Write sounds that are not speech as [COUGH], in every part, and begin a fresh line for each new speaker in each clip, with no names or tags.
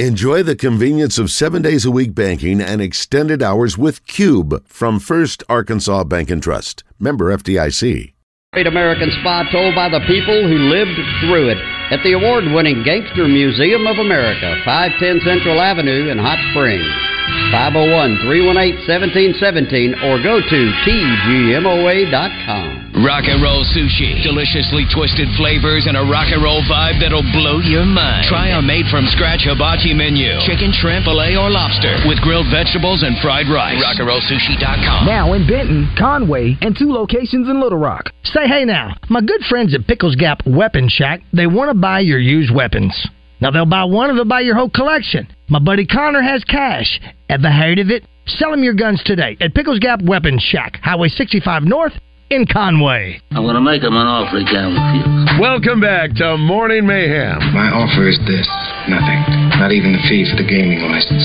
Enjoy the convenience of seven days a week banking and extended hours with Cube from First Arkansas Bank and Trust. Member FDIC.
Great American spot told by the people who lived through it at the award winning Gangster Museum of America, 510 Central Avenue in Hot Springs. 501 318 1717 or go to tgmoa.com.
Rock and roll sushi. Deliciously twisted flavors and a rock and roll vibe that'll blow your mind. Try a made from scratch hibachi menu. Chicken, shrimp, filet, or lobster with grilled vegetables and fried rice. Rockandrollsushi.com.
Now in Benton, Conway, and two locations in Little Rock. Say hey now, my good friends at Pickles Gap Weapon Shack, they want to buy your used weapons. Now they'll buy one and they'll buy your whole collection. My buddy Connor has cash. Ever heard of it? Sell him your guns today at Pickles Gap Weapon Shack, Highway 65 North in Conway.
I'm gonna make him an offer he can't refuse.
Welcome back to Morning Mayhem.
My offer is this nothing. Not even the fee for the gaming license,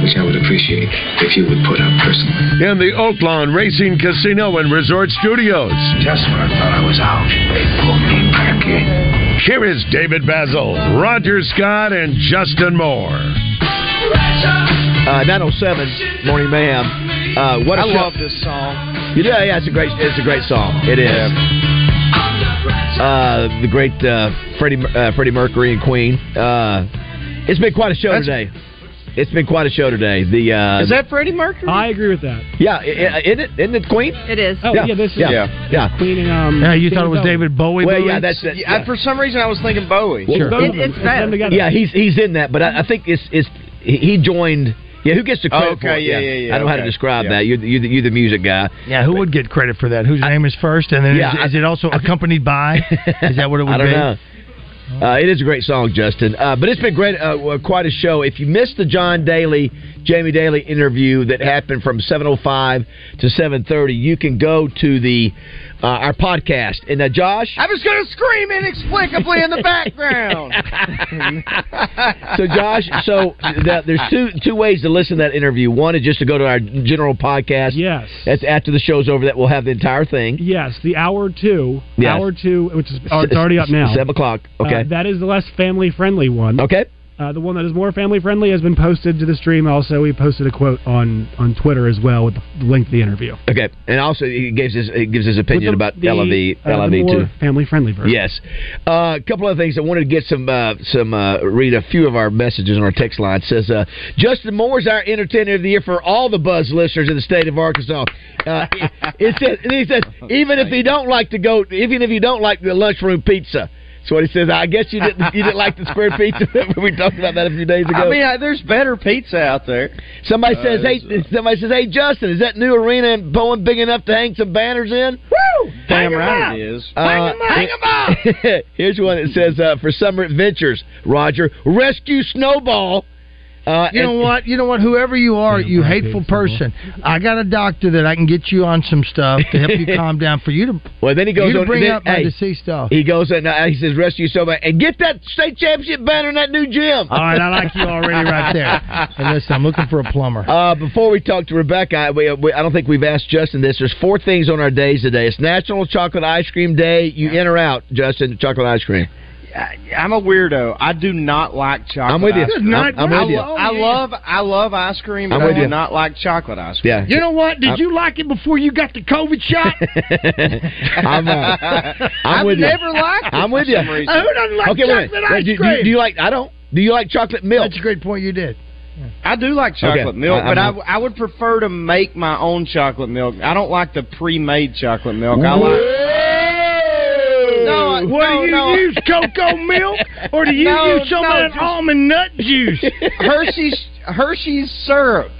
which I would appreciate if you would put up personally.
In the Oaklawn Racing Casino and Resort Studios.
Just when I thought I was out, they pulled me back in.
Here is David Basil, Roger Scott, and Justin Moore.
Uh, 907 Morning Mayhem. Uh, what a
I
show.
love this song.
You do, yeah. It's a great, it's a great song. It is. Uh, the great uh, Freddie uh, Freddie Mercury and Queen. Uh, it's been quite a show today. It's been quite a show today. The uh,
Is that Freddie Mercury? I agree with that.
yeah, i- i- isn't it? Isn't it Queen?
It is. Oh
yeah,
yeah, this is
yeah, yeah.
Queen and um.
Yeah, you thought it was
David.
David Bowie, Well, Bowie? yeah, that's it,
Yeah,
yeah.
for some reason, I was thinking Bowie.
Sure. Yeah, he's he's in that, but I, I think it's it's he he joined. Yeah, who gets the
Oh,
credit for
okay,
it?
yeah, yeah, yeah,
I don't know how to
okay.
describe
Yeah.
that. You're, the- you're, the, you're the music guy.
Yeah, who would get credit for that? Whose name is first, and then
Yeah, I-
is, is it also
[LAUGHS]
accompanied by? Is that what it would
I don't
be?
know. Uh, it is a great song, Justin. Uh, but it's been great, uh, uh, quite a show. If you missed the John Daly, Jamie Daly interview that happened from 7:05 to 7:30, you can go to the uh, our podcast. And uh, Josh,
I was gonna scream inexplicably in the background.
[LAUGHS]
so Josh, so that, there's two two ways to listen to that interview. One is just to go to our general podcast. Yes, that's after the show's over. That we'll have the entire thing.
Yes, the hour two.
Yes.
Hour two, which is oh, it's already up now.
Seven o'clock. Okay.
Uh, that is the less family friendly one.
Okay.
Uh, the one that is more family friendly has been posted to the stream. Also, we posted a quote on on Twitter as well with the link to the interview.
Okay, and also he gives his he gives his opinion
With
about LIV
uh, the
LIV
more
too.
Family friendly [LAUGHS] version.
Yes, uh, a couple other things. I wanted to get some uh, some uh, read a few of our messages on our text line. It says uh, Justin Moore is our entertainer of the year for all the Buzz listeners in the state of Arkansas. Uh, [LAUGHS] it, it says and he says even if you don't like to go, even if you don't like the lunchroom pizza. That's what he says. I guess you didn't you didn't like the square pizza. [LAUGHS] we talked about that a few days ago.
I mean, I, there's better pizza out there.
Somebody
Uh,
says, "Hey, somebody says, hey, Justin, is that new arena in Bowen big enough to hang some banners in?" Woo!
Damn right it is.
Uh, [LAUGHS] Here's one that says, uh, "For summer adventures, Roger, rescue Snowball." Uh,
You know
and- [LAUGHS]
what? You know what? Whoever you are, you hateful person. I got a doctor that I can get you on some stuff
[LAUGHS]
to help you calm down. For you to
Well, then he
for
goes
you to
on-
bring
then-
up my
hey.
deceased stuff.
He goes and uh, he says, "Rescue Snowball and get that [LAUGHS] state championship banner in that new gym."
[LAUGHS] All right, I like you already
[LAUGHS]
right there. And listen, I'm looking for a plumber.
Uh, before we talk to Rebecca, I, we, we, I don't think we've asked Justin this. There's four things on our days today. It's National Chocolate Ice Cream Day. You in or out, Justin? Chocolate ice cream.
I'm a weirdo. I do not like chocolate.
I'm with you.
Ice
Good
cream.
night, I'm- I'm
I
with you.
lo- I love, I love ice cream.
I'm
but
with
I
you.
do not like chocolate ice cream.
Yeah. You know what? Did I'm- you
like it before you got the COVID
[LAUGHS]
shot?
[LAUGHS] I'm, uh, I'm
I've
with
never
you.
liked it
I'm with
for
you.
some reason. Who doesn't like
okay, wait a minute.
chocolate ice
Wait, do, do-
cream?
do you like? I don't. Do you like chocolate milk?
That's a great point. You did.
[LAUGHS] I do like chocolate
Okay.
milk,
I-
but I,
I'm-
I would prefer to make my own chocolate milk. I don't like the pre-made chocolate milk. I like. No, I-
What, do
no,
you
no.
use
cocoa milk,
or do
[LAUGHS]
you
No,
use some
no,
of that
just-
almond nut juice?
[LAUGHS] Hershey's Hershey's syrup,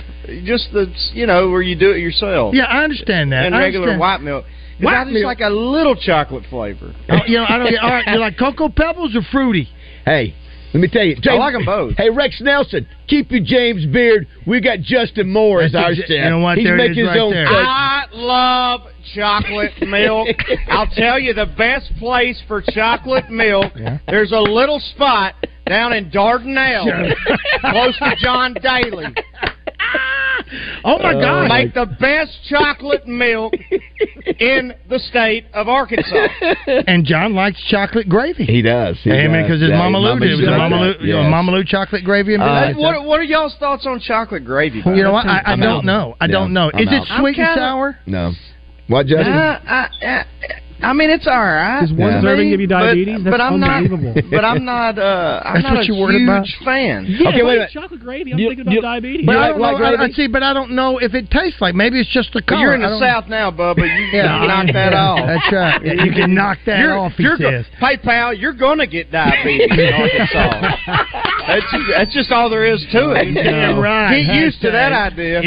just the you know where you do it yourself.
Yeah, I understand that.
Oh. And
I
regular
understand.
white milk. 'Cause
White
I just
milk.
like a little chocolate flavor.
Oh, you know, I don't.
[LAUGHS]
All right, you like cocoa pebbles or fruity?
Hey, let me tell you.
I
James-
like 'em both.
Hey, Rex Nelson, keep your James Beard. We got Justin Moore as
That's
our
exa-
chef.
you know what?
He's
There it
making his
is right
own
there. Ah!
cake.
I love chocolate
[LAUGHS]
milk. I'll tell you the best place for chocolate milk. There's a little spot [LAUGHS]
[LAUGHS]
down in Dardanelle, close to John Daly.
Oh my God!
Make the best chocolate milk in the state
[LAUGHS]
of Arkansas.
and John likes chocolate gravy.
He does. He
Amen.
does.
Because his
Yeah,
Mama Lou
Mama
did. It was
Lou
a
does
Mama Lou,
that,
you know,
yes.
Mama Lou chocolate gravy and
Uh,
uh,
what, what are y'all's thoughts on chocolate gravy?
You know what? I, I don't know. I don't know. Is it sweet and sour?
No. What,
Uh,
Justin?
I, I, I mean, it's all right.
Does one
to
serving
me,
give you
but-
diabetes?
But,
That's
I'm
unbelievable.
not. [LAUGHS] But I'm not. Uh, I'm
That's
not
what
a
you're worried
huge
about?
fan.
Yeah, Okay, wait a minute.
Chocolate gravy. I'm
You-
thinking about
you-
diabetes.
But I, don't know, I, I see, but I don't know if it tastes like. Maybe it's just the color.
You're in
I
the
don't-
South now, Bubba. You
[LAUGHS] Yeah.
can knock that
Yeah,
off.
[LAUGHS] that's right. Yeah, you can knock that
you're,
off, he
you're go-
says.
PayPal, you're gonna get diabetes in
[LAUGHS]
Arkansas. that's, that's just all there is to it.
Yeah, right.
Get used to that idea.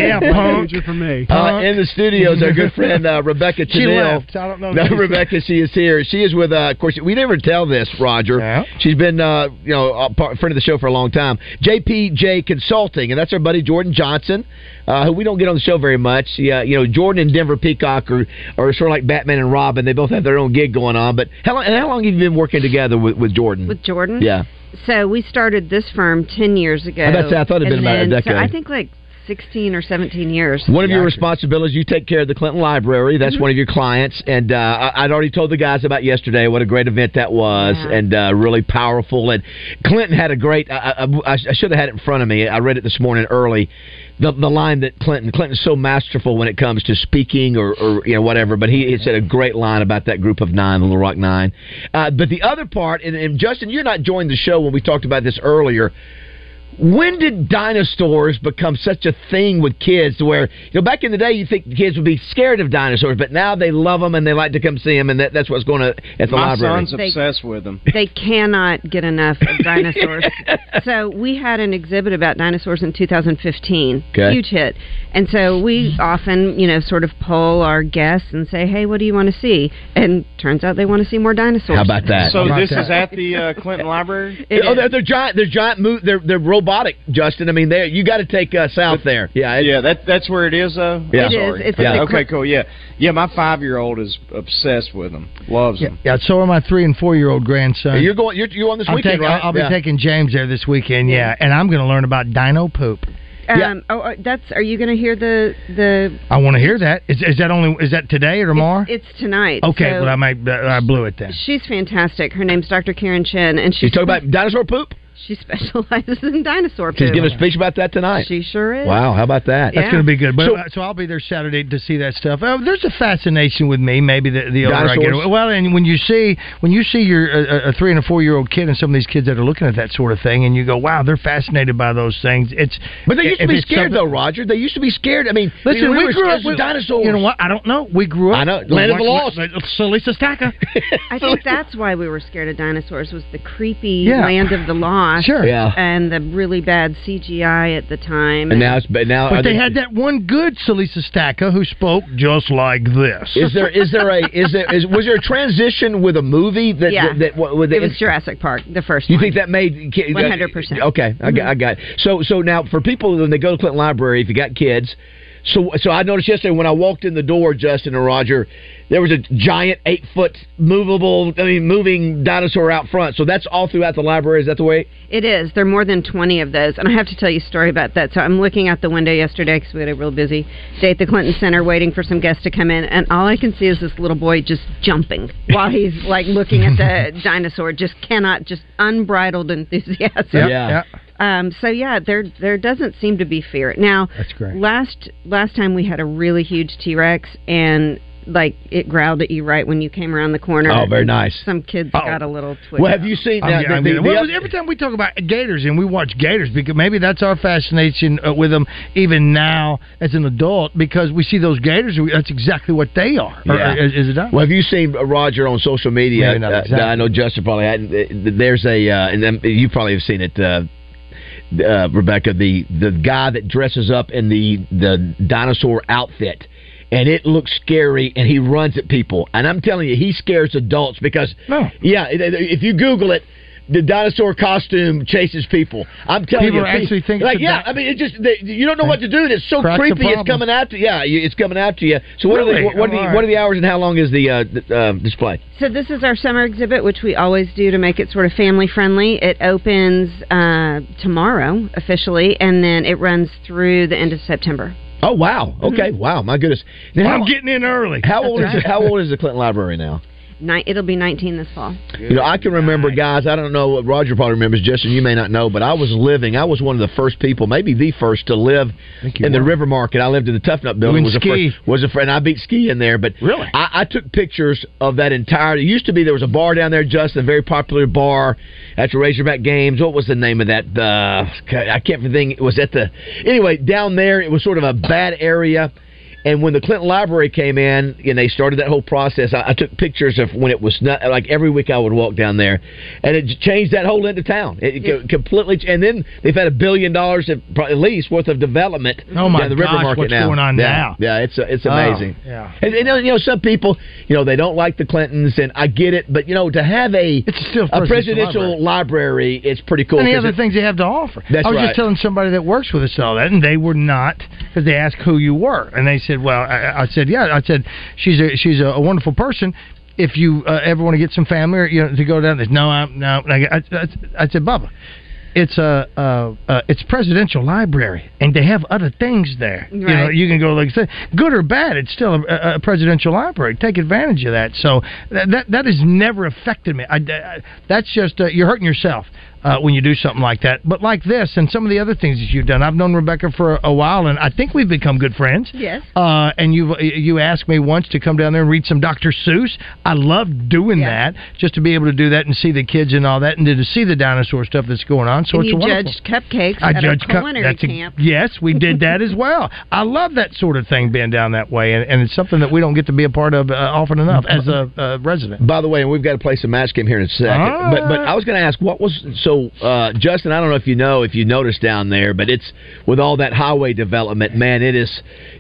for me.
Uh, in the studios, our good friend uh,
[LAUGHS]
Rebecca
She
Chanel.
left. I don't know if
No,
she's-
Rebecca, she is here. She is with, uh, of course, we never tell this, Roger. She's been, uh, you know, a part, friend of the show for a long time. JPJ Consulting, and that's our buddy Jordan Johnson, uh, who we don't get on the show very much. Yeah, you know, Jordan and Denver Peacock are, are sort of like Batman and Robin. They both have their own gig going on. But how long, and how long have you been working together with, with Jordan?
With Jordan?
Mm-hmm. Yeah.
So we started this firm 10 years ago.
How about that? I thought it'd been
And
about a
then-
decade.
So I think like 16 or 17 years.
One of your responsibilities, you take care of the Clinton Library. That's one of your clients, and uh, I, I'd already told the guys about yesterday what a great event that was, and uh, really powerful. And Clinton had a great. I, I, I should have had it in front of me. I read it this morning early. The, the line that Clinton Clinton's so masterful when it comes to speaking or, or you know whatever, but he, he said a great line about that group of nine, the Little Rock Nine. Uh, but the other part, and, and Justin, you're not joined the show when we talked about this earlier when did dinosaurs become such a thing with kids to where you know back in the day you think kids would be scared of dinosaurs but now they love them and they like to come see them and that, that's what's going on at the
My
library
son's obsessed with them.
They cannot get enough
[LAUGHS]
of dinosaurs. so we had an exhibit about dinosaurs in 2015.
Okay.
Huge hit. And so we often, you know, sort of poll our guests and say, hey, what do you want to see? And turns out they want to see more dinosaurs.
So this
is
is at the uh, Clinton Library.
It
oh,
is.
they're, they're giant. They're giant. Move. They're they're robotic, Justin. I mean, they you got to take us out there. Yeah,
yeah. That that's where it is, though.
Yeah. It
I'm
is.
sorry.
It's at the
Okay, cool. Yeah, yeah. My five-year-old is obsessed with them. Loves them.
Yeah, so are my three and four year old grandson.
You're going. You're, you on this
I'll,
weekend,
take-
right?
I'll, I'll be
Yeah.
taking James there this weekend, yeah, and I'm going to learn about dino poop.
Um, Oh, uh, that's. Are you going to hear the the?
I want to hear that. Is, is that only is that today or tomorrow?
It's tonight.
okay,
so
well I might I blew it then.
She's fantastic. Her name's Dr. Karen Chin, and she's
You talk about
dinosaur poop.
She specializes in dinosaur poop.
She's giving a speech about that tonight. [LAUGHS]
She sure is.
Wow, how about that?
That's
Yeah.
going to be good. But,
So-
uh, so, I'll be there Saturday to see that stuff. Uh, there's a fascination with me. Maybe the, the older I
Dinosaurs?
get. Well, and when you see when you see your a, a- a three and a four year old kid and some of these kids that are looking at that sort of thing, and you go, wow, they're fascinated by those things. It's
But they used to
if
be
it's
scared
something-
though, Roger. They used to be scared. I mean,
Listen,
we,
we,
were
grew
scared
up
of
with
dinosaurs.
You know what? I don't know. We grew up.
I know. Land of the lost.
Salisa
[LAUGHS]
Stacca.
I think that's why we were scared of dinosaurs was the creepy
Yeah.
land of the lost,
Sure. Yeah.
and the really bad CGI at the time.
And now it's but now.
But they had that one good Salisa Stacca who spoke just like this.
Is there is there a is there is
[LAUGHS]
was there a transition with a movie that
Yeah.
that, that what, what-
it was Jurassic Park, the first
you
one.
think that made ki-
100%.
Okay, I got I got it. so so now for people when they go to Clinton Library if you got kids. So, so I noticed yesterday when I walked in the door, Justin and Roger, there was a giant eight foot movable, I mean, moving dinosaur out front. So that's all throughout the library. Is that the way?
It is. There are more than 20 of those. And I have to tell you a story about that. So I'm looking out the window yesterday because we had a real busy day at the Clinton Center waiting for some guests to come in. And all I can see is this little boy just jumping while he's like looking
[LAUGHS]
at the dinosaur. Just cannot, just unbridled enthusiasm. Um, so yeah, there there doesn't seem to be fear now.
That's great.
Last last time we had a really huge T Rex and like it growled at you right when you came around the corner.
Oh, very nice.
Some kids got a little twitchy.
Well, have you seen
I'm-
now, the-
I'm-
the- the
well,
up-
every time we talk about gators and we watch gators, because maybe that's our fascination uh, with them even now as an adult, because we see those gators, we, that's exactly what they are. Or-
Yeah.
or is, is it not?
Well, have you seen uh, Roger on social media?
Maybe not
Uh,
exactly.
I know Justin probably hadn't. Uh, There's a, uh, and then you probably have seen it, uh, uh, Rebecca. The the guy that dresses up in the the dinosaur outfit. And it looks scary, and he runs at people. And I'm telling you, he scares adults because, yeah, i- i- if you Google it, the dinosaur costume chases people. I'm telling
People
you,
actually think
like,
that
yeah.
that-
I mean, it just they, you don't know what to do. and It's so
That's the
creepy. It's
problem.
coming after. Yeah, you- it's coming after you. So what are
Really?
the what, what are
Oh, all
the
right.
what are the hours and how long is the uh, th- uh, display?
So this is our summer exhibit, which we always do to make it sort of family friendly. It opens uh, tomorrow officially, and then it runs through the end of September.
Oh wow. Okay. Wow. My goodness. Now,
I'm
how-
getting in early.
How old
That's
is
right.
how old is the Clinton Library now?
Ni- it'll be 19 this fall.
You know, I can remember, guys. I don't know what Roger probably remembers. Justin, you may not know, but I was living. I was one of the first people, maybe the first, to live
you
in the
were.
River Market. I lived in the Tough Nut building.
and
was A
ski.
first, was a friend. I beat ski in there, but really, I, I took pictures of that entire. It used to be there was a bar down there, Justin, a very popular bar at the Razorback games. What was the name of that? Uh, I can't think. It was at the anyway down there. It was sort of a bad area. And when the Clinton Library came in and they started that whole process, I, I took pictures of when it was not like every week I would walk down there, and it j- changed that whole end of town. It, it co- completely. ch- And then they've had a billion dollars at, pro- at least worth of development.
Oh, my
down the river
gosh,
market
what's
now.
going on
yeah.
now?
Yeah, it's uh, it's
Oh,
amazing.
yeah.
And, and, you know, some people, you know, they don't like the Clintons, and I get it. But you know, to have a a
presidential
presidential library. it's pretty cool.
And the
'cause
other
it-
things they have to offer.
That's
I was
right.
just telling somebody that works with us all that, and they were not because they asked who you were, and they said, "Well, I, I said, yeah." I said, "She's a she's a, wonderful person." If you uh, ever want to get some family or you know to go down there, no, I'm no. I, I, I said, Bubba, it's a uh, uh, it's presidential library, and they have other things there. You know,
Right.
you can go like I said, good or bad, it's still a, a presidential library. Take advantage of that. So that that, that has never affected me. I, I- that's just uh, you're hurting yourself uh, when you do something like that. But like this and some of the other things that you've done, I've known Rebecca for a while, and I think we've become good friends.
Yes.
Uh, and you you asked me once to come down there and read some Dr. Seuss. I love doing that, just to be able to do that and see the kids and all that, and to see the dinosaur stuff that's going on. So
and
it's
you
wonderful.
judged cupcakes
I
at
Uh, judge
a
cup-
culinary
that's a-
camp.
yes, we did that as well. I love that sort of thing being down that way, and, and it's something that we don't get to be a part of uh, often enough as a uh, resident.
By the way, and we've got to play some match game here in a second.
Ah.
But but I was going to ask, what was so uh, Justin? I don't know if you know if you noticed down there, but it's with all that highway development, man. It is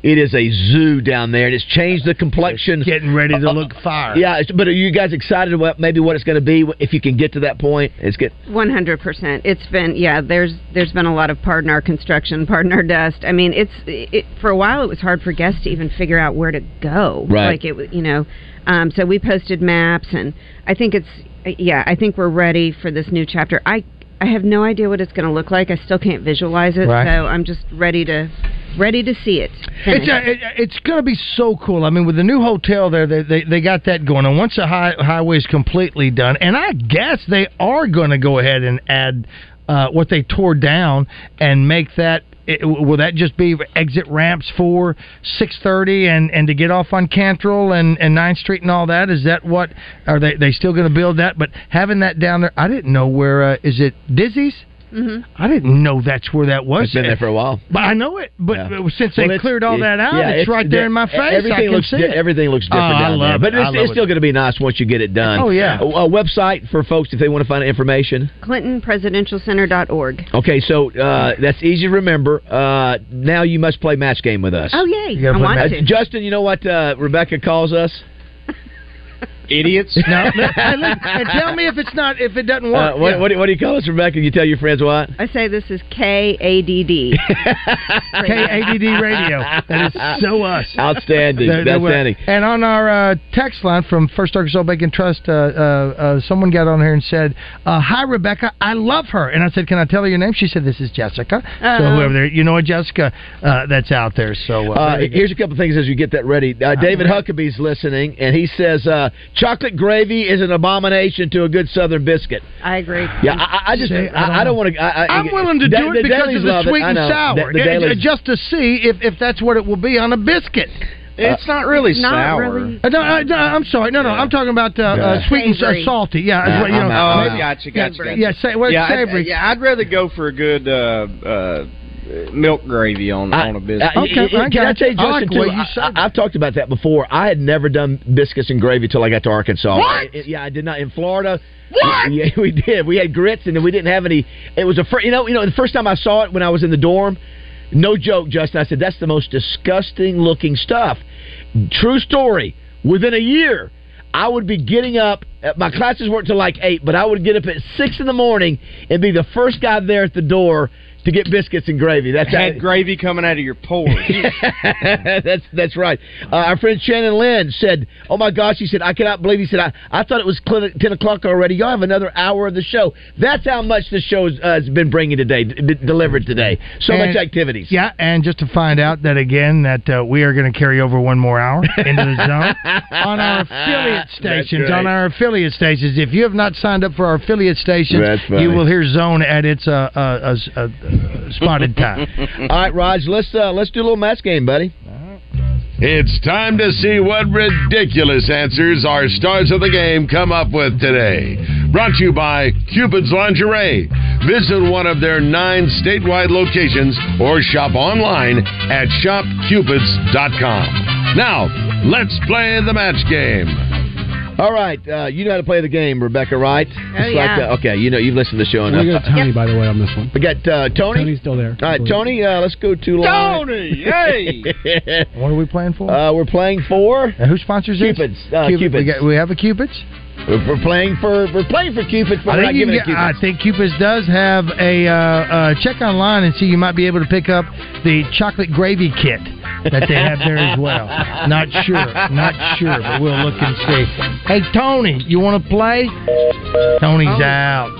it is a zoo down there, and it's changed the complexion. Uh,
getting ready to look fire.
Yeah, it's- but are you guys excited about maybe what it's going to be if you can get to that point? It's get
100%. It's been yeah, there's there's been a lot of pardon our construction, [LAUGHS] pardon our dust. I mean, it's it, for a while it was hard for guests to even figure out where to go.
Right.
Like it was, you know. Um, so we posted maps and I think it's yeah, I think we're ready for this new chapter. I I have no idea what it's going to look like. I still can't visualize it,
Right.
so I'm just ready to ready to see it.
It's uh, it, it's going to be so cool. I mean, with the new hotel there, they they, they got that going on. Once the high, highway is completely done, and I guess they are going to go ahead and add uh, what they tore down and make that. It, will that just be exit ramps for six thirty and and to get off on Cantrell and and Ninth Street and all that? Is that what are they they still going to build that? But having that down there, I didn't know where uh, is it Dizzy's.
Mhm.
I didn't know that's where that was.
It's been there for a while.
But I know it. But uh, since they
Oh. Well, it's-
cleared all
it-
that out,
yeah,
it's, right there in my face.
Everything
I can
looks
see
di-
it.
everything looks different
Oh, I
down there,
love
but
it. I
it's,
love
it's
it.
still going to be nice once you get it done. Uh,
Oh, yeah.
a, a website for folks if they want to find information.
ClintonPresidentialCenter.org.
Okay, so uh, that's easy to remember. Uh, now you must play match game with us.
Oh yay. I want to.
Uh, Justin, you know what uh, Rebecca calls us?
Idiots.
[LAUGHS] No. Hey, look, [LAUGHS] and tell me uh, if it's not if it doesn't work.
Uh, what,
Yeah.
what, do- what do you call us, Rebecca? You tell your friends what?
I say this is K A
[LAUGHS]
D D.
KADD Radio. That
[LAUGHS]
is so us.
Outstanding.
There- there were-
Outstanding.
And on our uh, text line from First Arkansas Bank and Trust, uh, uh, uh, someone got on here and said, uh, "Hi Rebecca, I love her." And I said, "Can I tell her your name?" She said, "This is Jessica." So
Uh-oh.
whoever there, you know a Jessica uh, that's out there. So uh,
Uh,
there you go.
here's a couple things as you get that ready. Uh, David Huckabee's listening, and he says uh, chocolate gravy is an abomination to a good Southern biscuit.
I agree.
Yeah, I, I just
See, I don't
I, I don't want to. I, I,
I'm willing to
Da-
do it because
dailies
of
love
the
it.
sweet
I
and
know.
sour,
The, the
It- it-
dailies-
just to see if, if that's what it will be on a biscuit.
Uh,
It's not really It's not sour. really-
Uh, No, I, no, I'm sorry. No, no, I'm talking about uh,
Yeah.
uh, sweet and uh,
Savory.
salty. Yeah,
Yeah,
that's what, you know,
I'm out.
maybe-
Oh, gotcha, gotcha, gotcha.
Yeah, say, well, it's
yeah, I'd,
savory.
yeah, I'd rather go for a good uh, uh, milk gravy on, on a biscuit.
I- it- it- Uh, can I tell you, Justin, too, I, I, have talked about that before. I had never done biscuits and gravy till I got to Arkansas.
What?
It- yeah, I did not in Florida. What? [LAUGHS] Yeah, we did. We had grits, and then we didn't have any. It was a fir- you know you know the first time I saw it when I was in the dorm. No joke, Justin. I said that's the most disgusting looking stuff. True story. Within a year, I would be getting up. uh, My classes weren't till like eight, but I would get up at six in the morning and be the first guy there at the door to get biscuits and gravy. That's
had gravy coming out of
[LAUGHS]
your pores.
that's that's right. Uh, our friend Shannon Lynn said, "Oh my gosh," he said, "I cannot believe." He said, "I, I thought it was cl- ten o'clock already. Y'all have another hour of the show." That's how much the show uh, has been bringing today, d- d- delivered today. So
And-
much activities.
Yeah, and just to find out that again that uh, we are going to carry over one more hour into
[LAUGHS]
the zone. on our affiliate stations, on our affiliate stations. If you have not signed up for our affiliate stations,
That's funny.
you will hear Zone at its uh, uh, uh, s- uh, uh,
[LAUGHS]
spotted
[LAUGHS]
time.
All right, Raj, let's uh, let's do a little match game, buddy.
It's time to see what ridiculous answers our stars of the game come up with today. Brought to you by Cupid's Lingerie. Visit one of their nine statewide locations or shop online at shopcupids.com. Now, let's play the match game.
All right, uh, you know how to play the game, Rebecca, right? Oh,
yeah.
okay, you know you've listened to the show enough.
We got Tony, by the way, on this one.
We got uh, Tony.
Tony's still there.
All right, Tony, uh, let's go to line.
Tony,
yay!
what are we playing for?
[LAUGHS] Uh, we're playing for
who sponsors this?
Cupids. Uh,
Cupid.
Cupids.
We, got, we have a Cupid's.
We're, we're playing for we're playing for Cupids, but
I
we're not
think, you
giving
can
it
get-
Cupids.
I think Cupid's does have a uh, uh, check online and see you might be able to pick up the chocolate gravy kit that they have there as well. Not sure, not sure, but we'll look and see. Hey Tony, you want to play? Tony's
Oh.
out.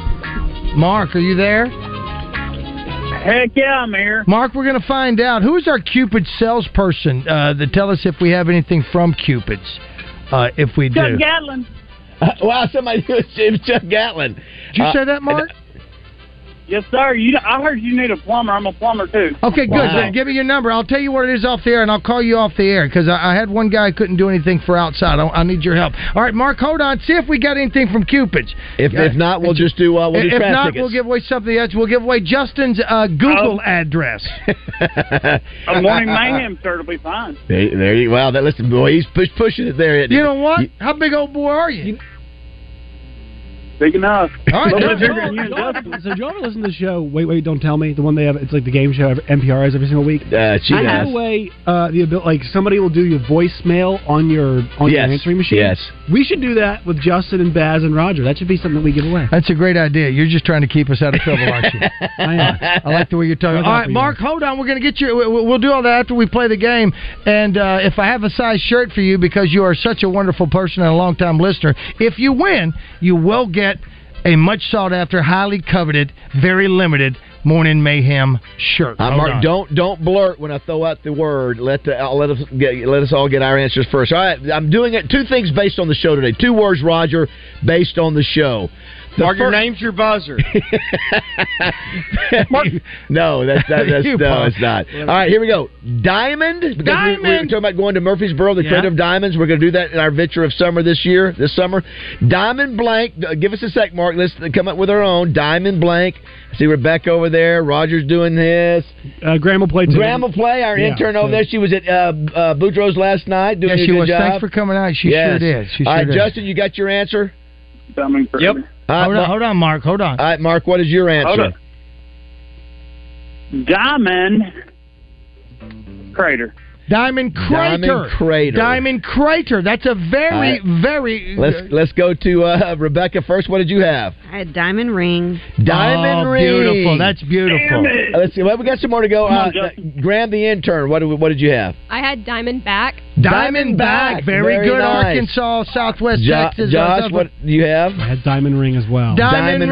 Mark, are you there?
Heck yeah, I'm here.
Mark, we're going to find out who is our Cupid salesperson uh, that tell us if we have anything from Cupid's. Uh, if we do,
Chuck Gatlin.
[LAUGHS] wow, somebody it was Chuck Gatlin. Uh,
Did you say that, Mark?
[LAUGHS] Yes, sir. You, I heard you need a plumber. I'm a plumber too.
Okay, good. Then give me your number. I'll tell you what it is off the air, and I'll call you off the air because I, I had one guy who couldn't do anything for outside. I, I need your help. All right, Mark, hold on. See if we got anything from Cupid's.
If, if not, we'll just do uh, we'll do
if
traffic
not,
tickets. Oh,
we'll give away something else. We'll give away Justin's uh, Google
[LAUGHS]
address.
A morning
[LAUGHS]
mayhem shirt will be fine.
there, there you wow. That listen, boy, he's push, pushing it there. isn't
You
he?
know what? How big old boy are you?
Big enough.
[LAUGHS]
All right,
Little
no,
bit bigger
no,
than you and Dustin.
So do you ever listen to the show? Wait, wait, don't tell me. The one they have, it's like the game show every- NPR has every single week.
Uh, she
I
does.
give away uh, the ability, like somebody will do your voicemail on your on
Yes.
your answering machine.
Yes.
we should do that with Justin and Baz and Roger. That should be something that we give away.
That's a great idea. You're just trying to keep us out of trouble, [LAUGHS] aren't you?
I am.
I like the way you're talking.
Hung
All
up
right,
on you.
Mark, hold on. We're going to get you. we- we- We'll do all that after we play the game. And uh, if I have a size shirt for you because you are such a wonderful person and a longtime listener, if you win, you will get a much sought after, highly coveted, very limited Morning Mayhem shirt.
Uh,
Hold
Mark,
on.
don't don't blurt when I throw out the word. Let the, uh, let us get, let us all get our answers first. All right, I'm doing it. Two things based on the show today. Two words, Roger, based on the show. The
Mark, your
fir-
name's
[LAUGHS]
your buzzer.
No, that's that, that's
[LAUGHS] You
no,
punk.
it's not. All right, here we go. Diamond. because we- We, were
Diamond!
talking about going to Murfreesboro, the
Yeah.
Creative Diamonds. We're going to do that in our venture of summer this year, this summer. Diamond blank. uh, Give us a sec, Mark. Let's come up with our own diamond blank. I see Rebecca over there. Roger's doing this.
Uh, Grandma played. tonight.
Grandma play. Our
Yeah,
intern
so-
over there. She was at uh, uh, Boudreaux's last night doing
Yeah,
a
she
good
was.
job.
Thanks for coming out. She
Yes.
sure did. She
All
sure
right,
did.
Justin, uh, you got your answer.
Yep.
Hold on, hold on, Mark. Hold on.
All right, Mark, what is your answer?
Hold Diamond Crater.
Diamond Crater.
Diamond Crater.
Diamond Crater. That's a very,
All right.
very.
Let's let's go to uh, Rebecca first. What did you have?
I had diamond ring.
Diamond
Oh,
ring.
beautiful. That's beautiful. Damn it.
Uh, Let's see. Well, we got some more to go.
Come on,
Uh, Graham, the intern. What did, what did you have?
I had Diamond back.
Diamond
Diamondback.
back.
Very,
Very
good.
nice.
Arkansas, Southwest
Jo-
Texas.
Josh,
Oklahoma.
what do you have?
I had Diamond Ring as well.
Diamond,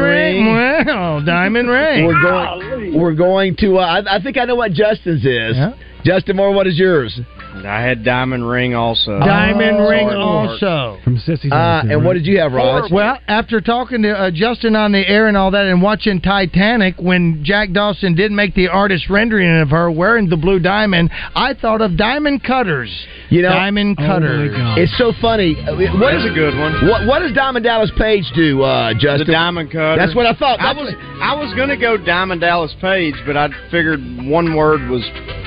[LAUGHS]
ring. Well, [LAUGHS] diamond ring.
We're going. We're going to. Uh, I, I think I know what Justin's is. Justin Moore, what is yours?
I had diamond ring also.
Oh, Diamond ring also.
From Sissy's.
Uh, and what did you have, Raj?
Well, after talking to uh, Justin on the air and all that, and watching Titanic, when Jack Dawson did make the artist rendering of her wearing the blue diamond, I thought of diamond cutters.
You know,
diamond cutters.
It's so funny. Uh, What
That's
is
a good one.
What What does Diamond Dallas Page do, uh, Justin?
The Diamond Cutter.
That's what I thought.
I
That's
was I was gonna go Diamond Dallas Page, but I figured one word was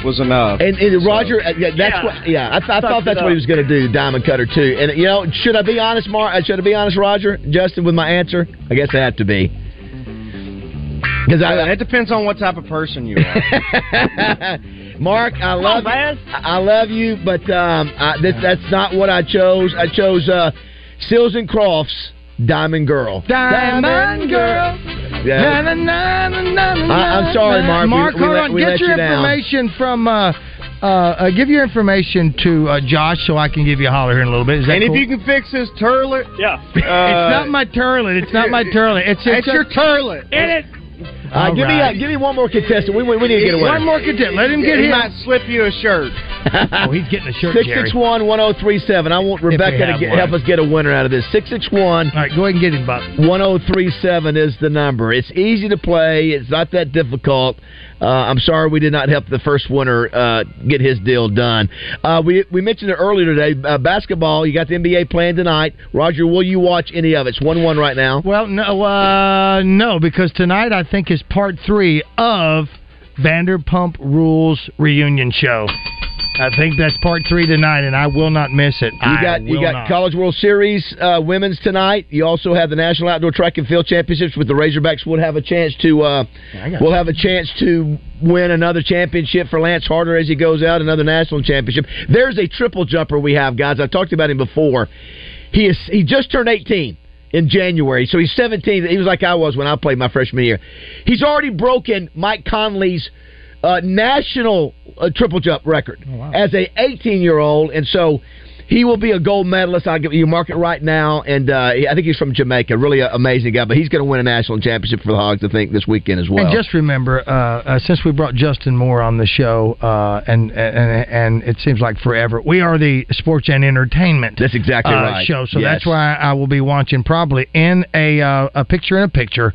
was enough.
And, and
So-
Roger, uh, yeah, that's
Yeah.
what. Yeah, I, th- I
Sucked
thought
it
that's what
up.
he was going to do, the Diamond Cutter too. And you know, should I be honest, Mar? uh, Should I be honest, Roger, Justin, with my answer? I guess I have to be. Because
Uh,
I,
it depends on what type of person you are.
[LAUGHS]
[LAUGHS]
Mark, I love, I I love you, but um, I, that, that's not what I chose. I chose uh, Sills and Crofts, Diamond Girl.
Diamond Girl.
Yeah. [LAUGHS]
Na, na, na, na, na,
I- I'm
na,
sorry,
na.
Mark. We-
Mark,
we
hold
let-
on.
we
get
let
your
you down.
information from. Uh, uh, uh, give your information to uh, Josh so I can give you a holler here in a little bit. Is that
and
cool?
if you can fix this turlet,
[LAUGHS]
yeah.
it's not my turlet. It's not my turlet. It's, it's,
It's your turlet.
In it.
Uh, give me uh, give me one more contestant. We, we, we need to get away.
One more contestant. Let him get
He
him.
might
slip you a [LAUGHS] shirt.
oh, he's getting a shirt.
Six
Jerry.
six one one zero three seven. I want Rebecca to
have
get,
one.
help us get a winner out of this. Six six one. All
right, go ahead and get him, Bob.
One zero three seven is the number. It's easy to play. It's not that difficult. Uh, I'm sorry we did not help the first winner uh, get his deal done. Uh, we we mentioned it earlier today. Uh, basketball. You got the NBA playing tonight. Roger, will you watch any of it? It's one one right now.
Well, no, uh, no, because tonight I think is part three of Vanderpump Rules reunion show. I think that's part three tonight, and I will not miss it.
You
I
got you
will
got
not.
College World Series uh, women's tonight. You also have the National Outdoor Track and Field Championships with the Razorbacks. We'll have a chance to uh,
I got
we'll
it.
have a chance to win another championship for Lance Harder as he goes out another national championship. There's a triple jumper we have, guys. I talked about him before. He is he just turned 18 in January, so he's 17. He was like I was when I played my freshman year. He's already broken Mike Conley's uh, national uh, triple jump record as a 18 year old, and so he will be a gold medalist. I'll give you mark it right now, and uh, I think he's from Jamaica. Really a amazing guy, but he's going to win a national championship for the Hogs. I think this weekend as well.
And just remember, uh, uh, since we brought Justin Moore on the show, uh, and, and and it seems like forever, we are the sports and entertainment.
That's exactly
uh,
right.
Show, so
Yes.
that's why I will be watching probably in a uh, a picture in a picture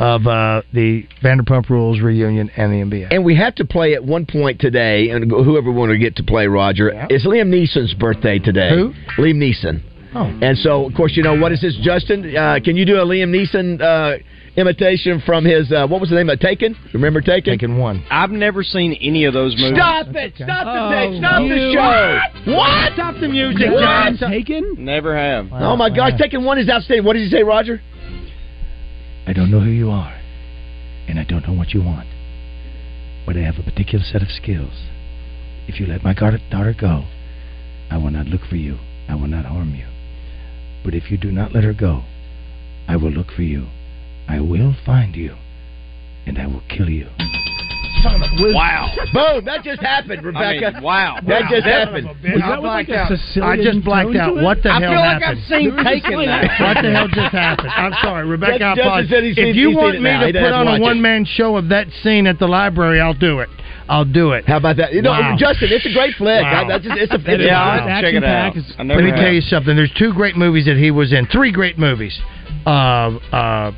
of uh, the Vanderpump Rules reunion and the NBA.
And we have to play at one point today, and whoever we want to get to play, Roger. It's Liam Neeson's birthday today. Who? Liam Neeson.
Oh.
And so, of course, you know what is this, Justin? Uh, can you do a Liam Neeson uh, imitation from his uh, what was the name of it? Taken? Remember Taken?
Taken one.
I've never seen any of those movies.
Stop it! Stop the tape! Stop the show! Oh, What?
Stop
the
music,
What?
John.
Taken?
Never have.
Oh my gosh, Taken one is outstanding. What did he say, Roger?
I don't know who you are, and I don't know what you want, but I have a particular set of skills. If you let my gar- daughter go, I will not look for you. I will not harm you. But if you do not let her go, I will look for you. I will find you, and I will kill you.
Wow! Boom! That just happened, Rebecca. wow! That
Wow.
just
That-
happened.
Is that I what, like, blacked a out. Sicilian I just blacked tone out. to it? What the
I
hell
feel
happened?
like I've seen
There was
Taken
just-
now.
What the hell just happened? I'm sorry, Rebecca. I
Justin
apologize.
said he's seen-
if you
he's seen
want
it
me
now.
to
He
put
doesn't
on
watch it.
a one man show of that scene at the library, I'll do it. I'll do it. How
about that? You know,
wow.
Justin, it's a great flick. I- that's just- it's a- it's a- Yeah, I'll
Wow.
check it out. I never
Let me
have.
tell you something. There's two great movies that he was in. Three great movies. Uh, uh,